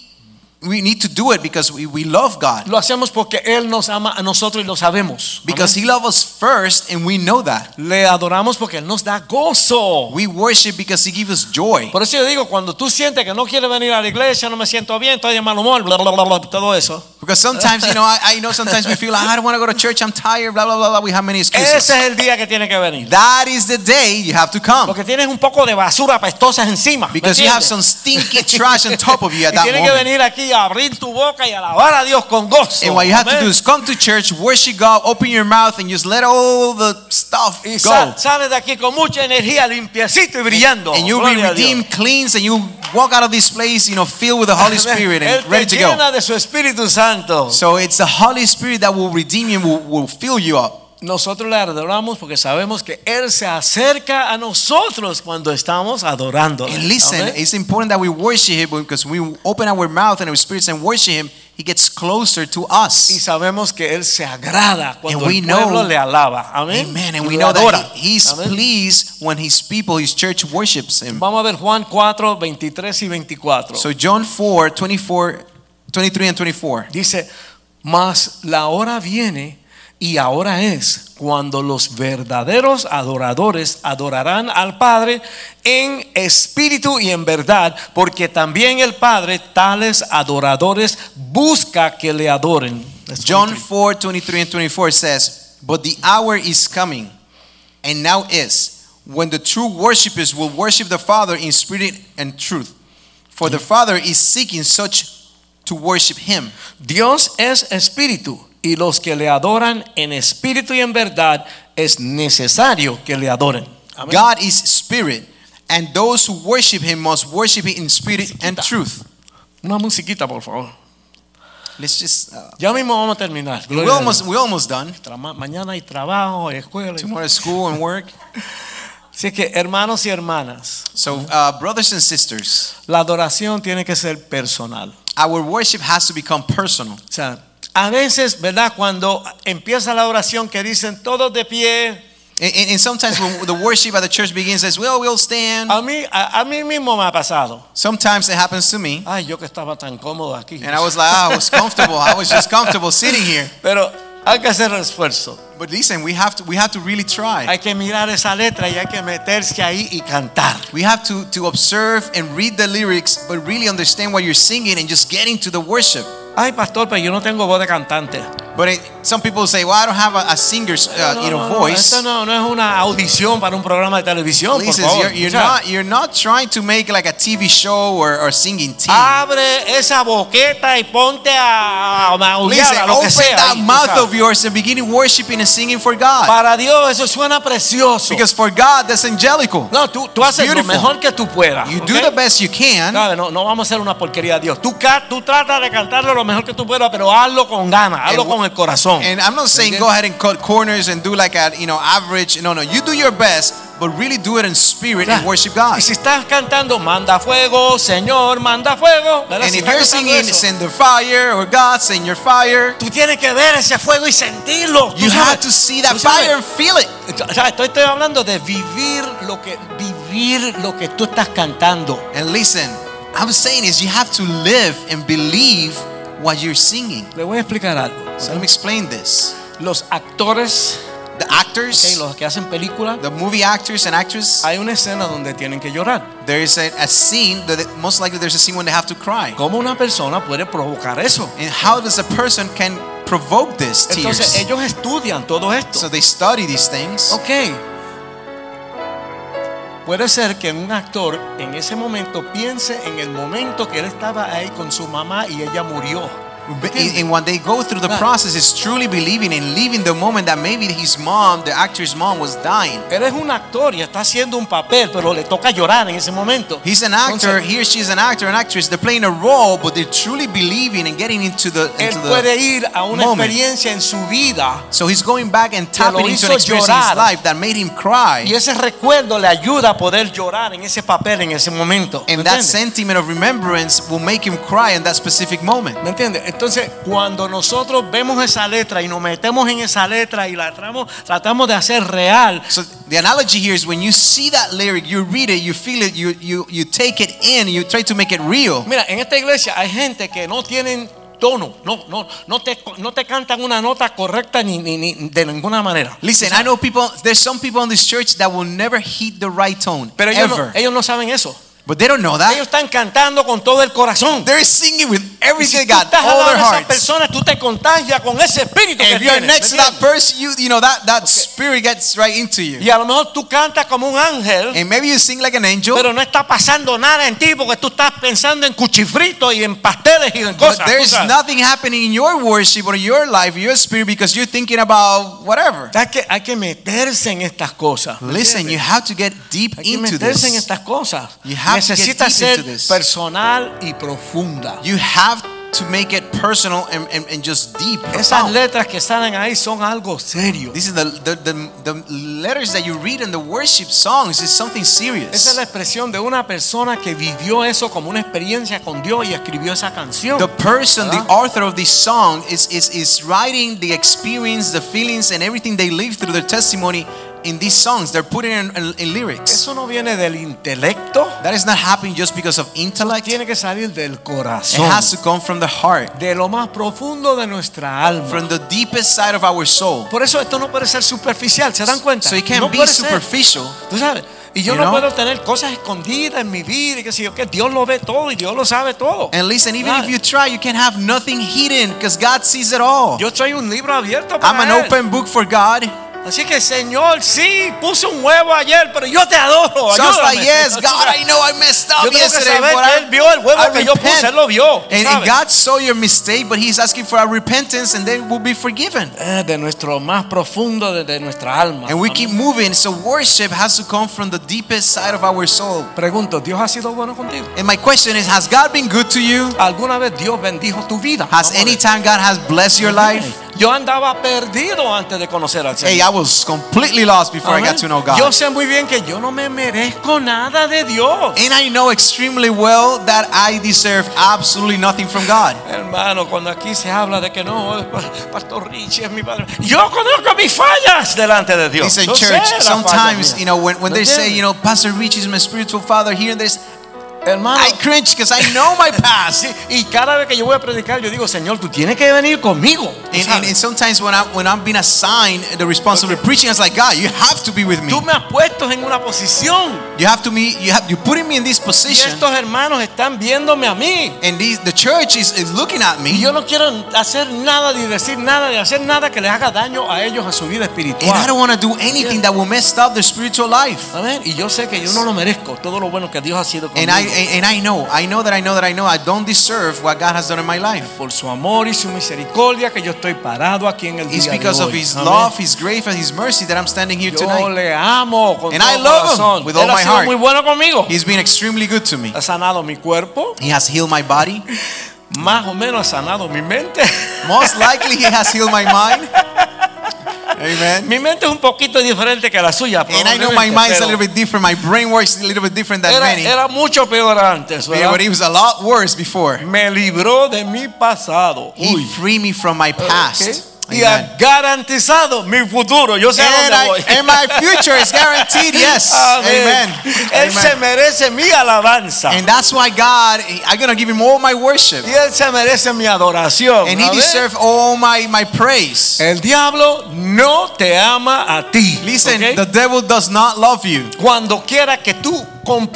we need to do it because we, we love God.
Lo hacemos porque Él nos ama a nosotros y lo sabemos.
Because
Amén.
He loves us first, and we know that.
le adoramos porque Él nos da gozo.
We worship because He gives us joy.
Por eso yo digo, cuando tú sientes que no quieres venir a la iglesia, no me siento bien, estoy de mal humor, bla, bla, bla, bla, todo eso.
Because sometimes, you know, I, I know sometimes we feel like, "Ah, I don't want to go to church, I'm tired, blah, blah, blah, blah. We have many excuses.
Ese es el día que tiene que venir.
That is the day you have to come.
Porque tienes un poco de basura pestosas encima. ¿me
Because you have
entiendes?
some stinky trash on top of you at
Y
that
tienes que
moment.
venir aquí a abrir tu boca y alabar a Dios con gozo.
And what you have to
Amén.
do is come to church, worship God, open your mouth, and just let all the stuff
Y
go.
sal- sales de aquí con mucha energía, limpiecito y brillando.
And you'll be
Gloria a Dios.
redeemed, cleansed, and you walk out of this place, you know, filled with the Holy Spirit
Él
and
te
ready to go.
llena de su Espíritu Santo.
So it's the Holy Spirit that will redeem you, and will, will fill you up.
Nosotros le adoramos porque sabemos que Él se acerca a nosotros cuando estamos adorando.
And listen, it's important that we worship Him because we open our mouth and our spirits and worship Him, He gets closer to
y
us.
sabemos que Él se agrada cuando
And we
el pueblo
know-
le alaba. Amén.
Amen. And
Y
we
le
know
adora.
that he- He's
Amén.
pleased when His people, His church worships Him.
Vamos a ver Juan 4, 23 y 24.
So John 4, 24, 23 and 24.
Dice, mas la hora viene y ahora es cuando los verdaderos adoradores adorarán al Padre en espíritu y en verdad, porque también el Padre tales adoradores busca que le adoren. That's
John
23.
4, 23 and 24 says, But the hour is coming, and now is, when the true worshippers will worship the Father in spirit and truth. For the Father is seeking such to worship him.
Dios es espíritu y los que le adoran en espíritu y en verdad es necesario que le adoren. Amén.
God is spirit, and those who worship him must worship him in spirit and truth.
Una musiquita, por favor.
Let's just. Uh,
Ya mismo vamos a terminar.
we're,
Gloria a
almost,
Dios.
we're almost done.
Trama- mañana hay trabajo, hay escuela. y-
Tomorrow is school and work.
Así que hermanos y hermanas,
So, uh, brothers and sisters,
la adoración tiene que ser personal.
our worship has to become personal.
O sea, a veces, ¿verdad? Cuando empieza la oración que dicen todos de pie,
And, and, and sometimes when the worship at the church begins, says, "Well, we'll stand."
a mí, a, a mí mismo me ha pasado.
Sometimes it happens to me,
Ay, yo que estaba tan cómodo aquí.
and I was like, ah, "I was comfortable. I was just comfortable sitting here."
Pero hay que hacer esfuerzo.
But listen, we have to we have to really try.
Hay que mirar esa letra y hay que meterse ahí y cantar.
We have to to observe and read the lyrics, but really understand what you're singing and just get into the worship.
Ay, pastor, pero yo no tengo voz de cantante.
But it, some people say, "Well, I don't have a, a singer's uh, you know voice."
Esto no, no es una audición para un programa de televisión, por
Listen,
favor.
you're, you're
O sea,
not you're not trying to make like a TV show or, or singing team.
Ah, Abre esa boqueta y ponte a, a maullar,
Listen,
a lo
open
que sea.
that
ahí, tú
mouth
sabes.
of yours and begin worshiping and singing for God.
Para Dios eso suena precioso.
Because for God, that's angelical.
no, tú, tú haces
beautiful.
lo mejor que tú puedas.
You
¿ok?
do the best you can.
Sabe, No, no vamos a hacer una porquería a Dios. Tú, ca- tú tratas de cantarlo lo mejor que tú puedas, pero hazlo con ganas, hazlo
And-
con el corazón.
And I'm not saying go ahead and cut corners and do like a you know average. No, no, you do your best, but really do it in spirit
Ya.
and worship God.
Y si estás cantando, manda fuego, Señor, manda fuego. ¿verdad?
And
Si
if
estás
you're
cantando
singing
eso,
send the fire or God send your fire,
tú tienes que ver ese fuego y sentirlo. Tú
you
sabes,
have to see that
tú sabes.
fire and feel it.
O sea, estoy, estoy hablando de vivir lo que vivir lo que tú estás cantando.
And listen, I'm saying is you have to live and believe what you're singing.
Le voy a explicar algo.
So let me explain this.
Los actores,
The actors,
ok, los que hacen películas,
the movie actors and actresses,
hay una escena donde tienen que llorar.
there is a, a scene that they- most likely there's a scene when they have to cry.
¿Cómo una persona puede provocar eso?
And how does a person can provoke this tears?
Entonces ellos estudian todo esto.
so they study these things.
Ok. Puede ser que un actor en ese momento piense en el momento que él estaba ahí con su mamá y ella murió.
But- And, and when they go through the
Claro.
process, it's truly believing and leaving the moment that maybe his mom, the actor's mom, was dying.
Él es un actor y está haciendo un papel, pero le toca llorar en ese momento.
He's an actor.
Entonces,
he or she's an actor, an actress. They're playing a role, but they're truly believing and getting into the
él
into the.
puede ir a una
moment.
experiencia en su vida
So he's going back and
lo
tapping into an
hizo
experience in
llorar.
his life that made him cry.
y ese recuerdo le ayuda a poder llorar en ese papel en ese momento. ¿Me
And that
entiende?
sentiment of remembrance will make him cry in that specific moment.
¿Me entiendes? Entonces, cuando nosotros vemos esa letra y nos metemos en esa letra y la tratamos, tratamos de hacer real,
So the analogy here is when you see that lyric, you read it, you feel it, you you you take it in, you try to make it real.
Mira, en esta iglesia hay gente que no tienen tono, no, no, no, te, no te cantan una nota correcta ni, ni, ni de ninguna manera.
Listen, I know people. There's some people in this church that will never hit the right tone,
Pero ellos no,
ever.
ellos no saben eso.
But they don't know that.
Ellos están cantando con todo el corazón.
They're singing with
Y
everything
si
they
tú
got,
estás al
all
lado
their
de esa
hearts.
persona, tú te contagias con ese espíritu que
If you're
tienes,
next
¿me
to that
entiendes?
person, you you know that that spirit gets right into you.
Y a lo mejor tú cantas como un ángel,
And maybe you sing like an angel,
pero no está pasando nada en ti porque tú estás pensando en cuchifritos y en pasteles y en
but
cosas. tú
there's
sabes.
nothing happening in your worship or your life, your spirit, because you're thinking about whatever.
Hay que, hay que meterse en estas cosas. ¿me
Listen,
entiendes?
you have to get deep
Hay que
into
meterse en
this.
estas cosas.
You have to get
Necesita
deep
ser
into this.
personal y profunda.
You have to make it personal and, and, and just deep.
Esas
profound.
letras que salen ahí son algo serio.
This is the, the, the, the letters that you read in the worship songs is something
Esa es
serious.
la expresión de una persona que vivió eso como una experiencia con Dios y escribió esa canción.
The person, the
¿Verdad?
author of this song, is, is, is writing the experience, the feelings, and everything they live through their testimony in these songs. They're putting it in, in, in lyrics.
Eso no viene del intelecto,
That is not happening just because of intellect. It
tiene que salir del corazón,
has to come from the heart,
de lo más profundo de nuestra alma.
from the deepest side of our soul.
Por eso esto no puede ser superficial, ¿se dan cuenta?
So it can't
no
be
puede ser.
superficial.
Tú sabes, Y yo
You
no
know?
puedo tener cosas escondidas en mi vida y qué sé yo, que Dios lo ve todo y Dios lo sabe todo.
And listen, even
Claro.
if you try, you can't have nothing hidden because God sees it all.
yo soy un libro abierto para
I'm an
él.
open book for God.
Así que Señor, sí, puse un huevo ayer, pero yo te adoro.
Just
Oh, ayúdame.
like, yes, God, I know I messed up
yo tengo que
yesterday,
saber
but
que
I,
él vio el huevo
I
que yo
repent.
puse, él lo vio. tú
And, and
sabes.
God saw your mistake, but He's asking for our repentance, and then we'll be forgiven.
Eh, de nuestro más profundo, de, de nuestra alma.
And we
Amén.
keep moving. So worship has to come from the deepest side of our soul.
Pregunto, ¿Dios ha sido bueno contigo?
And my question is, has God been good to you?
¿Alguna vez Dios bendijo tu vida? Vamos
Has
a
any
ver.
time God has blessed your life?
Yo andaba perdido antes de conocer al Señor.
Hey, I was completely lost before I got to know
Yo
God.
sé muy bien que yo no me merezco nada de Dios.
And I know extremely well that I deserve absolutely nothing from God.
Hermano, cuando aquí se habla de que no, el pa- Pastor Richie es mi padre. Yo conozco mis fallas delante de Dios.
Listen,
Yo sé
church,
las fallas
sometimes,
mías.
you know, when, when
¿Me
they say,
entiendes?
you know, Pastor Rich is my spiritual father here and this,
hermano,
I cringe because I know my past.
Oh sí, y cada vez que yo voy a predicar, yo digo, Señor, tú tienes que venir conmigo. tú
And, and,
sabes.
and sometimes when, I, when I'm being assigned the responsibility of preaching, it's like, God, you have to be with me.
Tú me has puesto en una posición.
You have to be, you have, you're putting me in this
Y
position.
estos hermanos están viéndome a mí.
And these, the church is, is looking at
Y
me.
yo no quiero hacer nada, ni decir nada, ni hacer nada que les haga daño a ellos, a su vida
And I don't
espiritual.
want to do anything that will mess up their spiritual life.
Amén. Y yo sé que yo no lo merezco, todo lo bueno que Dios ha sido
And
conmigo.
I and and I know, I know that I know that I know I don't deserve what God has done in my life.
por su amor y su misericordia que yo estoy parado aquí en el
It's
día de
because of
hoy.
His
Amén.
love, His grace, and His mercy that I'm standing here
yo
tonight.
le amo con
And
todo
I love him
corazón.
with
Él
all
ha
my
sido
heart.
muy bueno conmigo.
He's been extremely good to me.
Ha sanado mi cuerpo,
He has healed my body.
más o menos ha sanado mi mente.
Most likely, He has healed my mind. Amen.
mi mente es un poquito diferente que la suya.
And I know my
probablemente,
mind's a
pero
little bit different. My brain works a little bit different than
era,
many.
era mucho peor antes. ¿verdad?
But it was a lot worse before.
Me libró de mi pasado.
He
Uy.
freed me from my past.
Ok. Y
Amen.
ha garantizado mi futuro. Yo sé a
And,
dónde voy.
I, and my future is guaranteed. Yes.
Amén.
Amen.
Él se
Amen.
merece mi alabanza.
And that's why God, I'm gonna give Him all my worship,
Y él se merece mi adoración.
and
A
He
ver.
deserves all my my praise.
El diablo no te ama a ti.
Listen,
¿ok?
the devil does not love you.
cuando quiera que tú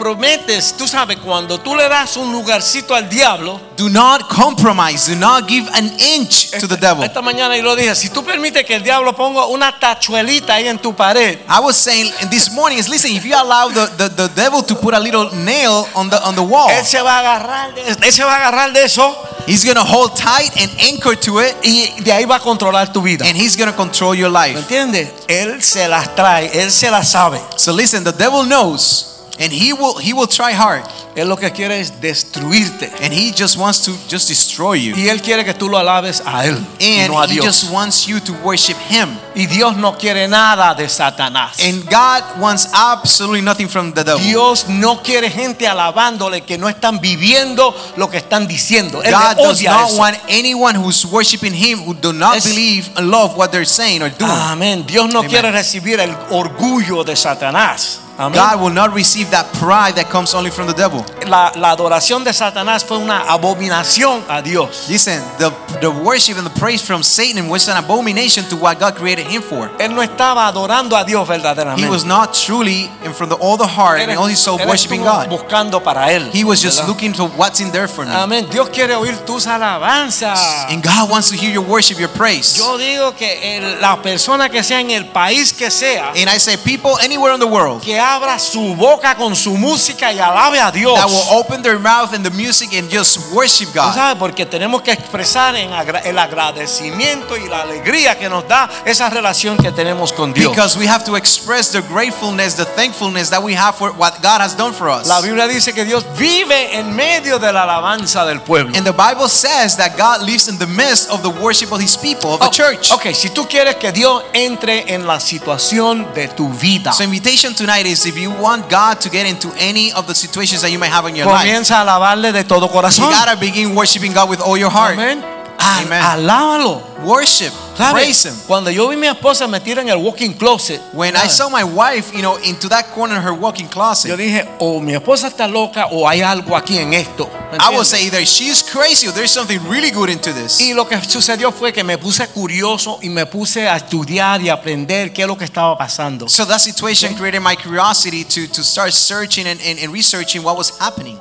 comprometes, tú sabes, cuando tú le das un lugarcito al diablo.
Do not compromise. Do not give an inch to the devil.
Esta mañana yo lo dije, si tú permites que el diablo ponga una tachuelita ahí en tu pared,
I was saying this morning is listen. If you allow the, the, the devil to put a little nail on the on the wall,
él se va a agarrar, de, él se va a agarrar de eso
he's gonna hold tight and anchor to it,
y de ahí va a controlar tu vida.
and he's gonna control your
¿Me
life.
entiendes? Él se las trae, él se las sabe.
So listen, the devil knows, and he will he will try hard,
Él lo que quiere es destruirte.
and he just wants to just destroy you.
Y él quiere que tú lo alabes a él, y
And
no a
he
Dios.
just wants you to worship him.
Y Dios no quiere nada de Satanás.
And God wants absolutely nothing from the devil.
Dios no quiere gente alabándole que no están viviendo lo que están diciendo. Él
God
le
does
odia
not
eso.
want anyone who's worshiping him who do not
Es-
believe and love what they're saying or doing.
Amén. Dios no
Amen.
quiere recibir el orgullo de Satanás. Amén.
God will not receive that pride that comes only from the devil.
la, la adoración de Satanás fue una abominación a Dios.
Listen, the, the worship and the praise from Satan was an abomination to what God created him for.
Él no estaba adorando a Dios
He
verdaderamente.
was not truly and from the, all the heart
Él-
and all his soul
él
worshiping
estuvo
God.
Buscando para él.
He was just
¿verdad?
looking for what's in there for me.
Amén. Dios quiere oír tus alabanzas.
And God wants to hear your worship, your praise.
Yo digo que el- la persona que sea en el país que sea,
And I say, people anywhere in the world
que abra su boca con su música y alabe a Dios.
that will open their mouth and the music and just worship
Tú
God.
sabes, porque tenemos que expresar en agra- el agradecimiento y la alegría que nos da esa relación que tenemos con Dios.
Because we have to express the gratefulness, the thankfulness that we have for what God has done for us.
la Biblia dice que Dios vive en medio de la alabanza del pueblo.
And the Bible says that God lives in the midst of the worship of his people, of the
Oh,
church.
Ok, si tú quieres que Dios entre en la situación de tu vida,
So invitation tonight is if you want God to get into any of the situations that you might have in your life,
comienza a alabarle de todo
you
corazón.
gotta begin worshiping God with all your heart.
Amén. A-
Amen.
Alábalo.
Worship, praise
¿Sabes?
him.
Cuando yo vi a mi esposa metida en el walking closet,
When I
¿sabes?
saw my wife, you know, into that corner of her walking
yo
closet,
dije, o mi esposa está loca o hay algo aquí en esto. ¿Me
I would
entiendes?
say either she's crazy or there's something really good into this.
Y lo que sucedió fue que me puse curioso y me puse a estudiar y aprender qué es lo que estaba pasando.
So that situation created my curiosity to, to start searching and, and, and researching what was happening.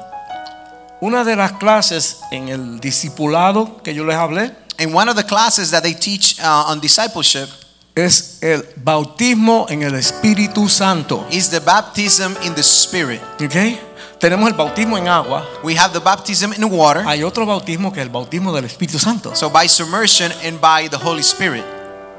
Una de las clases en el discipulado que yo les hablé
And one of the classes that they teach uh, on discipleship
es el bautismo en el Espíritu Santo.
is the baptism in the Spirit.
¿ok? Tenemos el bautismo en agua.
We have the baptism in water,
Hay otro bautismo que es el bautismo del Espíritu Santo.
so by submersion and by the Holy Spirit.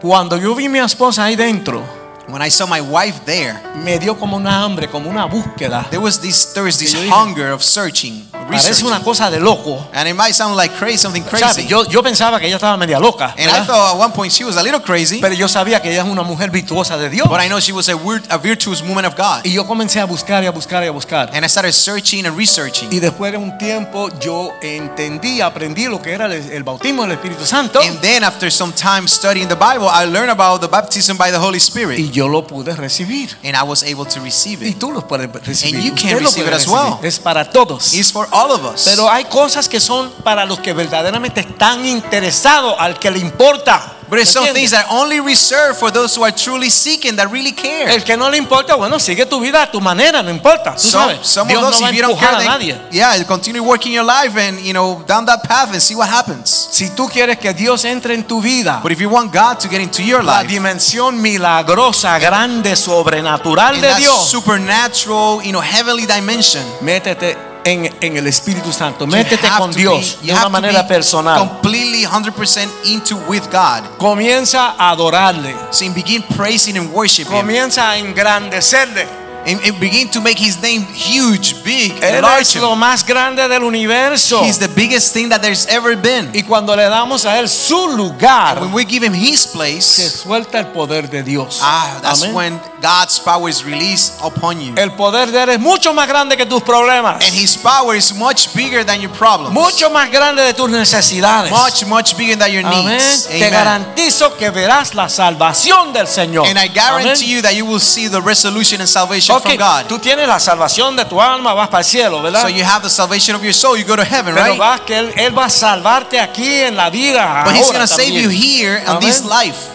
Cuando yo vi a mi esposa ahí dentro,
When I saw my wife there,
me dio como una hambre, como una búsqueda.
there was this there was this
Yo dije-
hunger of searching,
Parece
researching.
una cosa de loco.
And it might sound like crazy, something
¿Sabe?
crazy.
Yo, yo pensaba que ella estaba media loca.
And I
¿verdad?
thought at one point she was a little crazy,
Pero yo sabía que ella es una mujer virtuosa de Dios.
but I know she was a, weird, a virtuous woman of God.
Y yo comencé a buscar y a buscar y a buscar.
And I started searching and researching.
Y después de un tiempo yo entendí, aprendí lo que era el, el bautismo del Espíritu Santo.
And then after some time studying the Bible, I learned about the baptism by the Holy Spirit.
Y yo lo pude recibir.
And I was able to receive
Y
it.
tú lo puedes recibir.
And you
Usted lo
can receive
puede
it as well.
recibir. Es para todos.
It's for all of us.
Pero hay cosas que son para los que verdaderamente están interesados, al que le importa.
But it's some
¿Entiendes?
things that only reserved for those who are truly seeking, that really care.
El que no le importa, bueno, sigue tu vida a tu manera, no importa. Tú
Some,
sabes,
some of
Dios
those,
no va a
if you don't
empujar
care,
a
they,
nadie.
yeah, you continue working your life and you know down that path and see what happens.
Si tú quieres que Dios entre en tu vida,
But if you want God to get into your
la
life,
dimensión milagrosa, grande, sobrenatural
in
de
that
Dios,
supernatural, you know, heavenly dimension,
métete en, en el Espíritu Santo,
you
métete
have
con
to be-
Dios
you
de una
have to
manera
be
personal.
completely 100% into with God.
Comienza a adorarle,
So you begin praising and worshiping Him,
comienza a engrandecerle.
and, and begin to make His name huge, big, and
Él
large.
es lo más grande del universo.
He's the biggest thing that there's ever been.
Y cuando le damos a Él su lugar,
When we give Him His place,
se suelta el poder de Dios.
Ah, that's
Amén.
when God's power is released upon you.
El poder de Él es mucho más grande que tus problemas.
And His power is much bigger than your problems.
Mucho más grande de tus necesidades.
much, much bigger than your
Amén.
needs.
Te garantizo que verás la salvación del Señor.
And I guarantee
Amén.
you that you will see the resolution and salvation
Ok,
from God.
Tú tienes la salvación de tu alma, vas para el cielo, ¿verdad?
So you have the salvation of your soul. You go to heaven,
Pero
right?
vas que él, Él va a salvarte aquí en la vida.
But He's
ahora
gonna save
también.
you here on this
Amén.
life.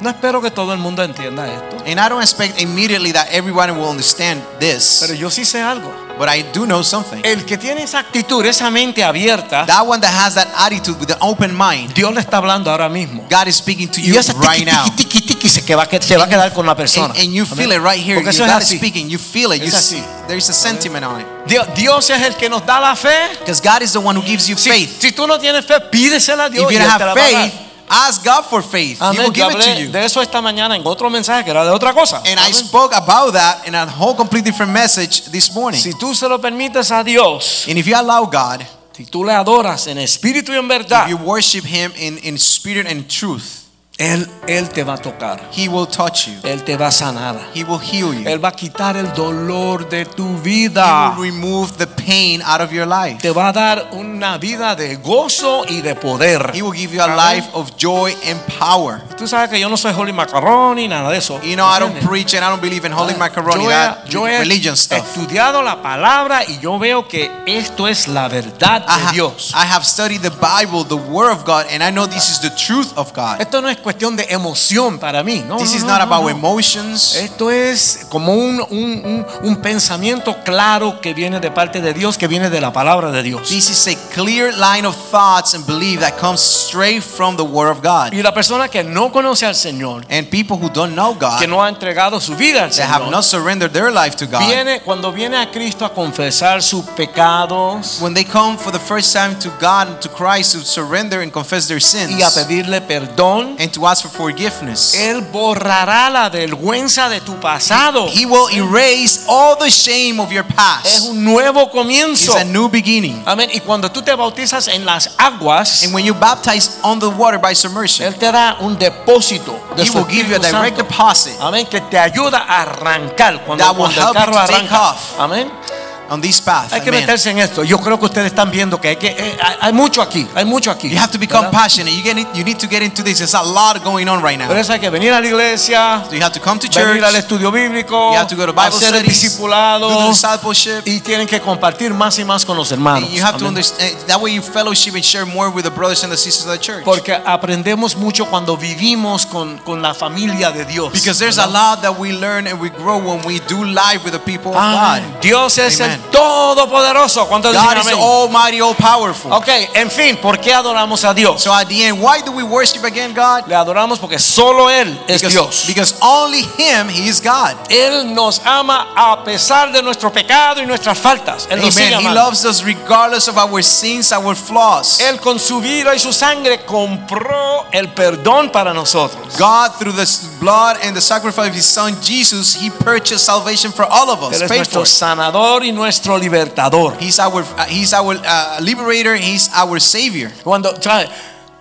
No espero que todo el mundo entienda esto.
And I don't expect immediately that everyone will understand
Pero
this.
yo Eh. sí sé algo.
But I do know something.
El que tiene esa actitud, esa mente abierta,
That one that has that attitude with an open mind,
Dios le está hablando ahora mismo.
God is speaking to
Y
you
esa tiqui,
right
tiqui,
now.
tiqui, tiqui, se, que va, a que- se va a quedar con la persona.
And, and you feel
Amén.
it right here.
Porque eso
You,
es
God is
así.
speaking. You feel it. You
Es
see,
así.
there's a sentiment on it.
Dio- Dios es el que nos da la fe.
Because God is the one who gives you
Si,
faith.
si tú no tienes fe, pídesela a Dios.
if
y
you
Él
don't
te la
have
va a dar.
faith, ask God for faith. he will
Amén. Yo
give it to
hablé
you.
de eso esta mañana en otro mensaje que era de otra cosa.
And I
Amén.
spoke about that in a whole completely different message this morning.
si tú se lo permites a Dios,
And if you allow God,
si tú le adoras en espíritu y en
if
verdad,
you worship Him in, in spirit and truth,
él, él te va a tocar,
He will touch you.
Él te va a sanar,
He will heal you.
Él va a quitar el dolor de tu
He
vida,
will remove the pain out of your life.
te va a dar una vida de gozo y de poder.
He will give you a
Amén.
life of joy and power.
Tú sabes que yo no soy holy macarrón ni nada de eso.
You know, I don't
¿Entiendes?
preach and I don't believe in
Ah.
holy macaroni,
yo he,
that
yo he
religion stuff.
estudiado la palabra y yo veo que esto es la verdad
I,
de
ha-
Dios.
I have studied the Bible, the Word of God, and I know this is the truth of God.
Esto no es cuestión de emoción para mí. No,
This
no,
is
no,
not
no,
about
no. Eh.
emotions.
Esto es como un, un- un- un pensamiento claro que viene de parte de Dios, que viene de la palabra de Dios.
This is a clear line of thoughts and belief that comes straight from the Word of God.
Y la persona que no conoce al Señor,
And people who don't know
que
God,
no ha entregado su vida al
that Ah. have
Señor,
not surrendered their life to God,
viene, cuando viene a Cristo a confesar sus pecados
when they come for the first time to God and to Christ to surrender and confess their sins
y a pedirle perdón,
and to ask for forgiveness,
Él borrará la vergüenza de tu pasado.
He will erase all the shame of your
Es
past.
un nuevo comienzo.
It's a new beginning.
Amén. Y cuando tú te bautizas en las aguas,
And when you baptize on the water by submersion,
Él te da un depósito de
He
su
will give you a
Espíritu
direct
Santo.
deposit
Amén. Que te ayuda a arrancar cuando,
That will
cuando el
help you
carro
to take
arranca.
off.
Amén.
on this path.
Hay que
Amen.
meterse en esto. Yo creo que ustedes están viendo que hay, que, eh, hay- hay mucho aquí, hay mucho aquí.
You have to become
¿verdad?
passionate. You, get it, you need to get into this. There's a lot going on right now.
Por eso hay que venir a la iglesia,
So you have to come to church.
venir al
You
estudio bíblico,
have to go to Bible
hacer el
studies. Do the
discipulado
discipleship.
y tienen que compartir más y más con los hermanos.
And you have to
Amén.
understand. That way you fellowship and share more with the brothers and the sisters of the church.
Porque aprendemos mucho cuando vivimos con, con la familia de Dios.
Because there's a
¿verdad?
lot that we learn and we grow when we do live with the people of
Amén.
God.
Ah, Dios es
Amen. oh.
el todopoderoso. ¿Cuántos dicen
God is
amén?
almighty, all powerful.
Ok, en fin, ¿por qué adoramos a Dios?
So at the end, why do we worship again God?
Le adoramos porque solo Él es
Because,
Dios.
because only Him, He is God.
Él nos ama a pesar de nuestro pecado y nuestras faltas. Él nos sigue
Amen. He
amando.
loves us regardless of our sins, our flaws.
Él con su vida y su sangre compró el perdón para nosotros.
God, through the s- blood and the sacrifice of His Son Jesus, He purchased salvation for all of us.
Él es
Paid for
nuestro
it.
sanador y nuestro libertador.
He's our, uh, he's our uh, liberator. He's our savior.
Cuando, ¿sabe?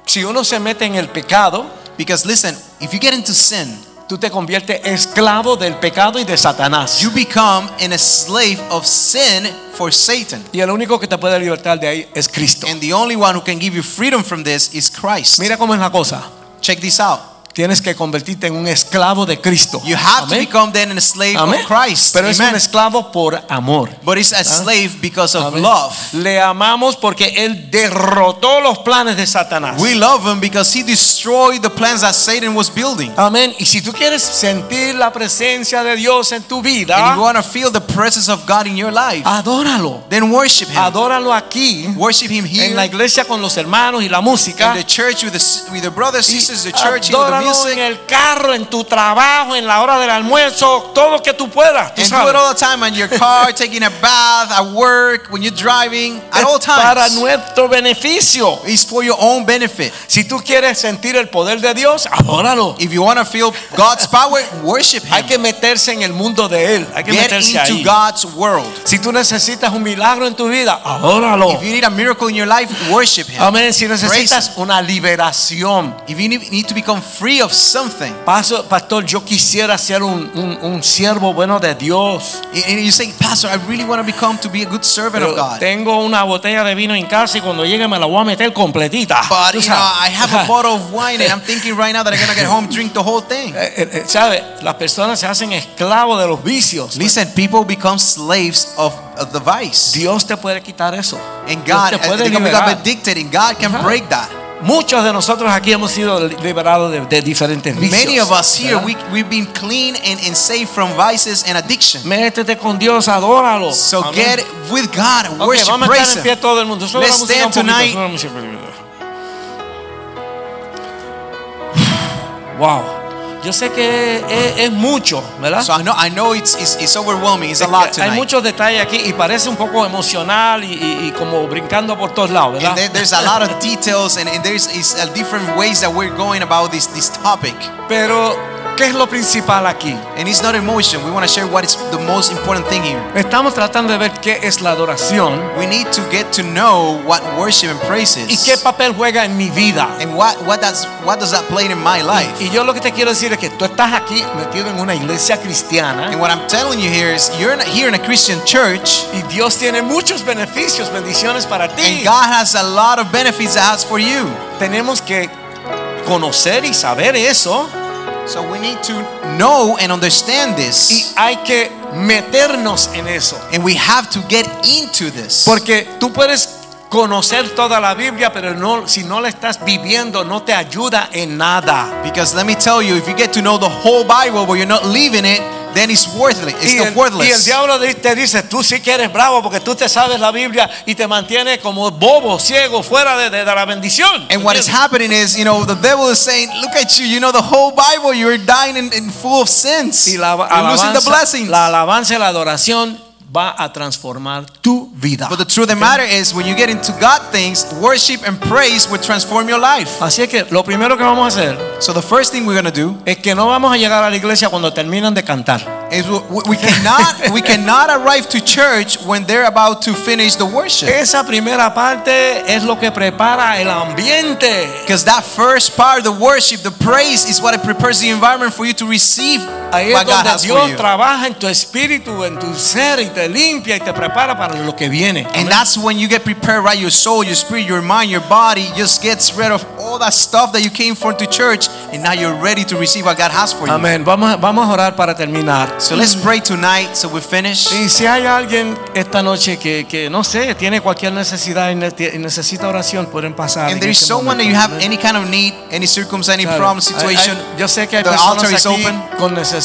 Si uno se mete en el pecado,
Because listen, if you get into sin,
tú te conviertes esclavo del pecado y de Satanás.
you become in a slave of sin for Satan.
Y el único que te puede libertar de ahí es Cristo.
And the only one who can give you freedom from this is Christ.
Mira cómo es la cosa.
Check this out.
Tienes que convertirte en un esclavo de Cristo.
You have to
Amén.
become then a slave
Amén.
of Christ.
Pero es Ah. un
Amen.
esclavo por amor.
But it's a slave because of
Amén.
love.
Le amamos porque él derrotó los planes de Satanás.
We love him because he destroyed the plans that Satan was building.
Amén. Y si tú quieres sentir la presencia de Dios en tu
And
vida,
you want to feel the presence of God in your life.
Ah. adóralo.
Then worship him.
Adóralo aquí
Worship him here
en la iglesia con los hermanos y la música.
in the church with the s- with the brothers,
Y
sisters, the church, here with the
adóralo
music.
en el carro, en tu trabajo, en la hora del almuerzo, todo lo que tú puedas. Tú
And do
sabes.
it all the time on your car, taking a bath, at work, when you're driving, at
Es
all
para
times.
nuestro beneficio.
It's for your own benefit.
Si tú quieres sentir el poder de Dios, adóralo.
If you want to feel God's power, worship
Hay
Him.
que meterse en el mundo de él. Hay que
Get
meterse
into
ahí.
God's world.
Si tú necesitas un milagro en tu vida, adóralo.
If you need a miracle in your life, worship Him.
Amén. Si necesitas una liberación.
If you need, need to become free of something,
Paso- pastor, yo quisiera ser un, un- un siervo bueno de Dios.
and you say, Pastor, I really want to become to be a good servant
Pero
of God.
tengo una botella de vino en casa y cuando llegue me la voy a meter completita.
But
Tú
you know,
sabes.
I have a bottle of wine, and I'm thinking right now that I'm gonna get home, drink the whole thing.
Eh, eh, eh, ¿Sabe? Las personas se hacen esclavos de los vicios.
Listen, people become slaves of, of the vice,
Dios te puede quitar eso.
and
Dios
God
te
and
puede
they become
liberar.
addicted, and God can
Ajá.
break that.
Muchos de nosotros aquí hemos sido liberados de, de diferentes vicios.
Many of us here,
¿verdad?
we we've been clean and, and saved from vices and addiction.
Métete con Dios, adóralo.
So
Amén.
get with God,
Ok,
worship,
vamos a
praise
estar en pie
Him.
todo el mundo. Solo la
Let's
música un
stand
poquito,
tonight.
solo la música un poquito. Wow. Yo sé que e, es, es mucho, ¿verdad?
So I know I know it's it's, it's overwhelming. It's
Es
a lot
que hay
tonight.
muchos detalles aquí y parece un poco emocional y, y- y como brincando por todos lados, ¿verdad?
And there, there's a lot of details, and, and there's it's a different ways that we're going about this this topic.
Pero ¿qué es lo principal aquí?
And it's not emotion. We want to share what is the most important thing here.
Estamos tratando de ver qué es la adoración
We need to get to know what worship and praise is.
y qué papel juega en mi vida.
And what what does what does that play in my life?
Y yo lo que te quiero decir es que tú estás aquí metido en una iglesia cristiana.
And what I'm telling you here is you're in, here in a Christian church
Y Dios tiene muchos beneficios, bendiciones para ti.
and God has a lot of benefits that has for you.
Tenemos que conocer y saber eso.
So we need to E- know and understand
Y
this.
hay que meternos en eso.
And we have to get into this.
Porque tú puedes conocer toda la Biblia, pero no, si no la estás viviendo, no te ayuda en nada.
Because let me tell you, if you get to know the whole Bible but you're not living it, then it's worthless. It's
Y
not
el, y el
worthless.
diablo di- te dice, tú sí que eres bravo porque tú te sabes la Biblia y te mantiene como bobo, ciego, fuera de, de- de la bendición.
And what is
¿Entiendes?
happening is, you know, the devil is saying, "Look at you! You know the whole Bible. You're dying and, and full of sins.
Y la
you're losing the
alabanza,
blessings."
la alabanza y la adoración va a transformar tu vida.
but the truth of the matter is, when you get into God things, worship and praise will transform your life.
Así es que lo primero que vamos a hacer
So the first thing we're gonna do
es que no vamos a llegar a la iglesia cuando terminan de cantar.
It's- we- we cannot we cannot arrive to church when they're about to finish the worship
Esa primera parte es lo que prepara el ambiente.
because that first part of the worship, the praise, is what it prepares the environment for you to receive
Ahí
what
es
God
donde
has for
Dios
you.
trabaja en tu espíritu, en tu ser y te limpia y te prepara para lo que viene.
And that's when you get prepared, right? Your soul, your spirit, your mind, your body just gets rid of all that stuff that you came for to church, and now you're ready to receive what God has for you.
Amén. Vamos, a- vamos a orar para terminar. Mm.
So let's pray tonight so we finish.
Y si hay alguien esta noche que, que, no sé, tiene cualquier necesidad y ne- y necesita oración, pueden pasar. en
And there is
este
someone that
momento.
you have
Amén.
any kind of need, any circumstance, any
Claro.
problem,
Hay-
situation.
hay- yo sé que hay
the
personas
altar is
aquí
open.
con necesidades.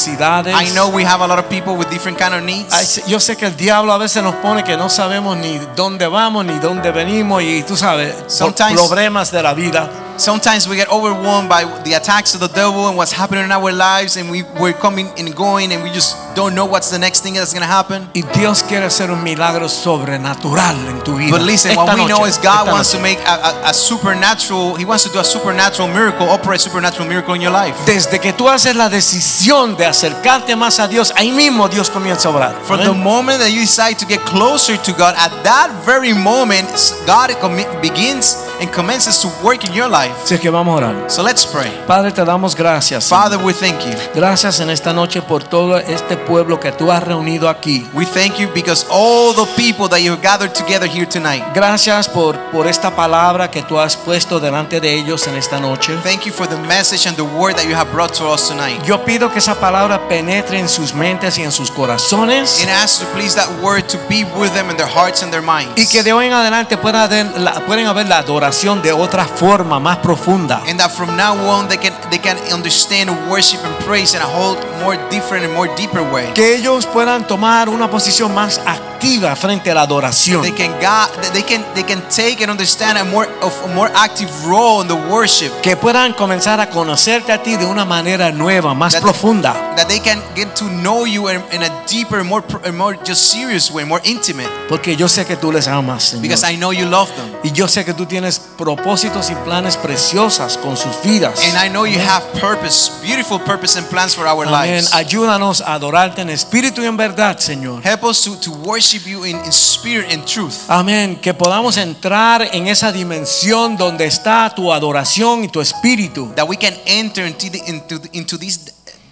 I know we have a lot of people with different kind of needs.
Ay, se- Yo sé que el diablo a veces nos pone que no sabemos ni dónde vamos ni dónde venimos y tú sabes, por
Sometimes-
problemas de la vida.
Sometimes we get overwhelmed by the attacks of the devil and what's happening in our lives, and we, we're coming and going, and we just don't know what's the next thing that's going to happen.
Y Dios quiere hacer un milagro sobrenatural en tu vida.
But listen,
Esta
what we
noche,
know is God
esta
wants
noche.
to make a, a, a supernatural, He wants to do a supernatural miracle, operate a supernatural miracle in your life.
Desde que tú haces la decisión de acercarte más a Dios, ahí mismo Dios comienza a obrar.
From
Amén.
the moment that you decide to get closer to God, at that very moment, God commi- begins and commences to work in your life.
Así que vamos a orar.
So let's pray.
Padre, te damos gracias. Señor.
Father, we thank you.
Gracias en esta noche por todo este pueblo que tú has reunido aquí.
We thank you because all the people that you have gathered together here tonight.
Gracias por, por esta palabra que tú has puesto delante de ellos en esta noche.
Thank you for the message and the word that you have brought to us tonight.
Yo pido que esa palabra penetre en sus mentes y en sus
And
corazones
ask to please that word to be with them in their hearts and their minds.
y que de hoy en adelante pueda haber la- pueden haber la adoración de otra forma más profunda.
and that from now on they can they can understand worship and praise in a whole more different and more deeper way.
Que ellos puedan tomar una posición más activa frente a la adoración.
They can God they can they can take and understand a more of a more active role in the worship.
Que puedan comenzar a conocerte a ti de una manera nueva, más
That-
profunda.
That they can get to know you in, in a deeper, more pr- more just serious way, more intimate.
Porque yo sé que tú les amas, Señor.
Because I know you love them.
Y yo sé que tú tienes propósitos y planes preciosas con sus vidas.
And I know you have purpose, beautiful purpose and plans for our
Amén.
lives.
Ayúdanos a adorarte en espíritu y en verdad, Señor.
Help us to, to worship you in, in spirit and truth.
Amén. Que podamos entrar en esa dimensión donde está tu adoración y tu espíritu.
That we can enter into, the, into, the- into this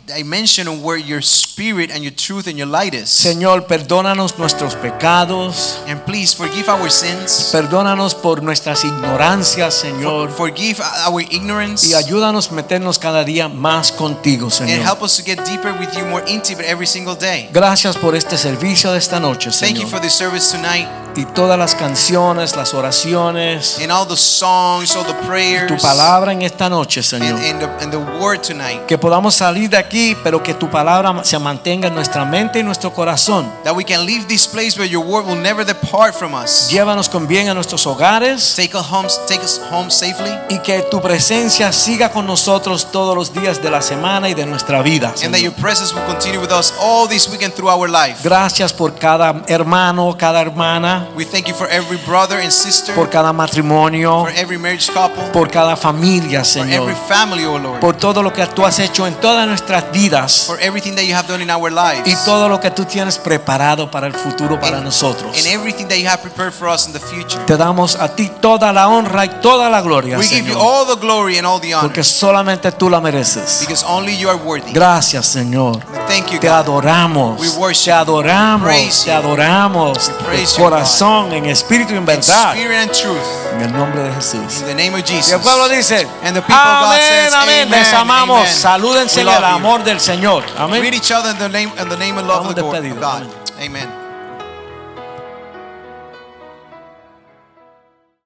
dimension where your spirit and your truth and your light is.
Señor, perdónanos nuestros pecados.
And please forgive our sins.
Perdónanos por nuestras ignorancias, Señor.
Forgive our ignorance.
Y ayúdanos a meternos cada día más contigo,
And
Señor.
help us to get deeper with you, more intimate every single day.
Gracias por este servicio de esta noche,
Thank you
Señor.
for the service tonight
Y todas las canciones, las oraciones.
and all the songs, all the prayers,
tu palabra en esta noche,
and,
Señor.
and, the, and the word tonight.
Que podamos salir de aquí, pero que tu palabra se mantenga en nuestra mente y nuestro corazón.
That we can leave this place where your word will never depart from us.
Llévanos con bien a nuestros hogares
Take us home, take us home safely.
y que tu presencia siga con nosotros todos los días de la semana y de nuestra vida.
and
Señor.
that your presence will continue with us all this weekend through our life.
Gracias por cada hermano, cada hermana,
We thank you for every brother and sister,
por
for
cada matrimonio,
every marriage couple,
por cada familia,
for every
Señor.
family, O Lord,
Por todo lo que tú has hecho en todas nuestras vidas
for everything that you have done in our lives,
y todo lo que tú tienes preparado para el futuro para nosotros.
and everything that you have prepared for us in the future.
Te damos a ti toda la honra y toda la gloria,
We give you
Señor,
all the glory and all the honor
porque solamente tú la mereces.
because only you are worthy.
Gracias, Señor.
We thank you,
Te
God.
adoramos,
We worship
te
you.
adoramos,
We praise
te
you.
adoramos,
We
de
praise you,
corazón, en espíritu y en
In
verdad,
spirit and truth,
en el nombre de Jesús.
in the name of Jesus.
Y el pueblo dice,
And the people of God
amén,
says,
amén,
amen,
les amamos,
amen.
salúdense
We
en
love
el
you.
amor del Señor. Amén.
Greet each other in the name, in the name and love
Estamos
of the Lord,
despedidos.
God. Amen.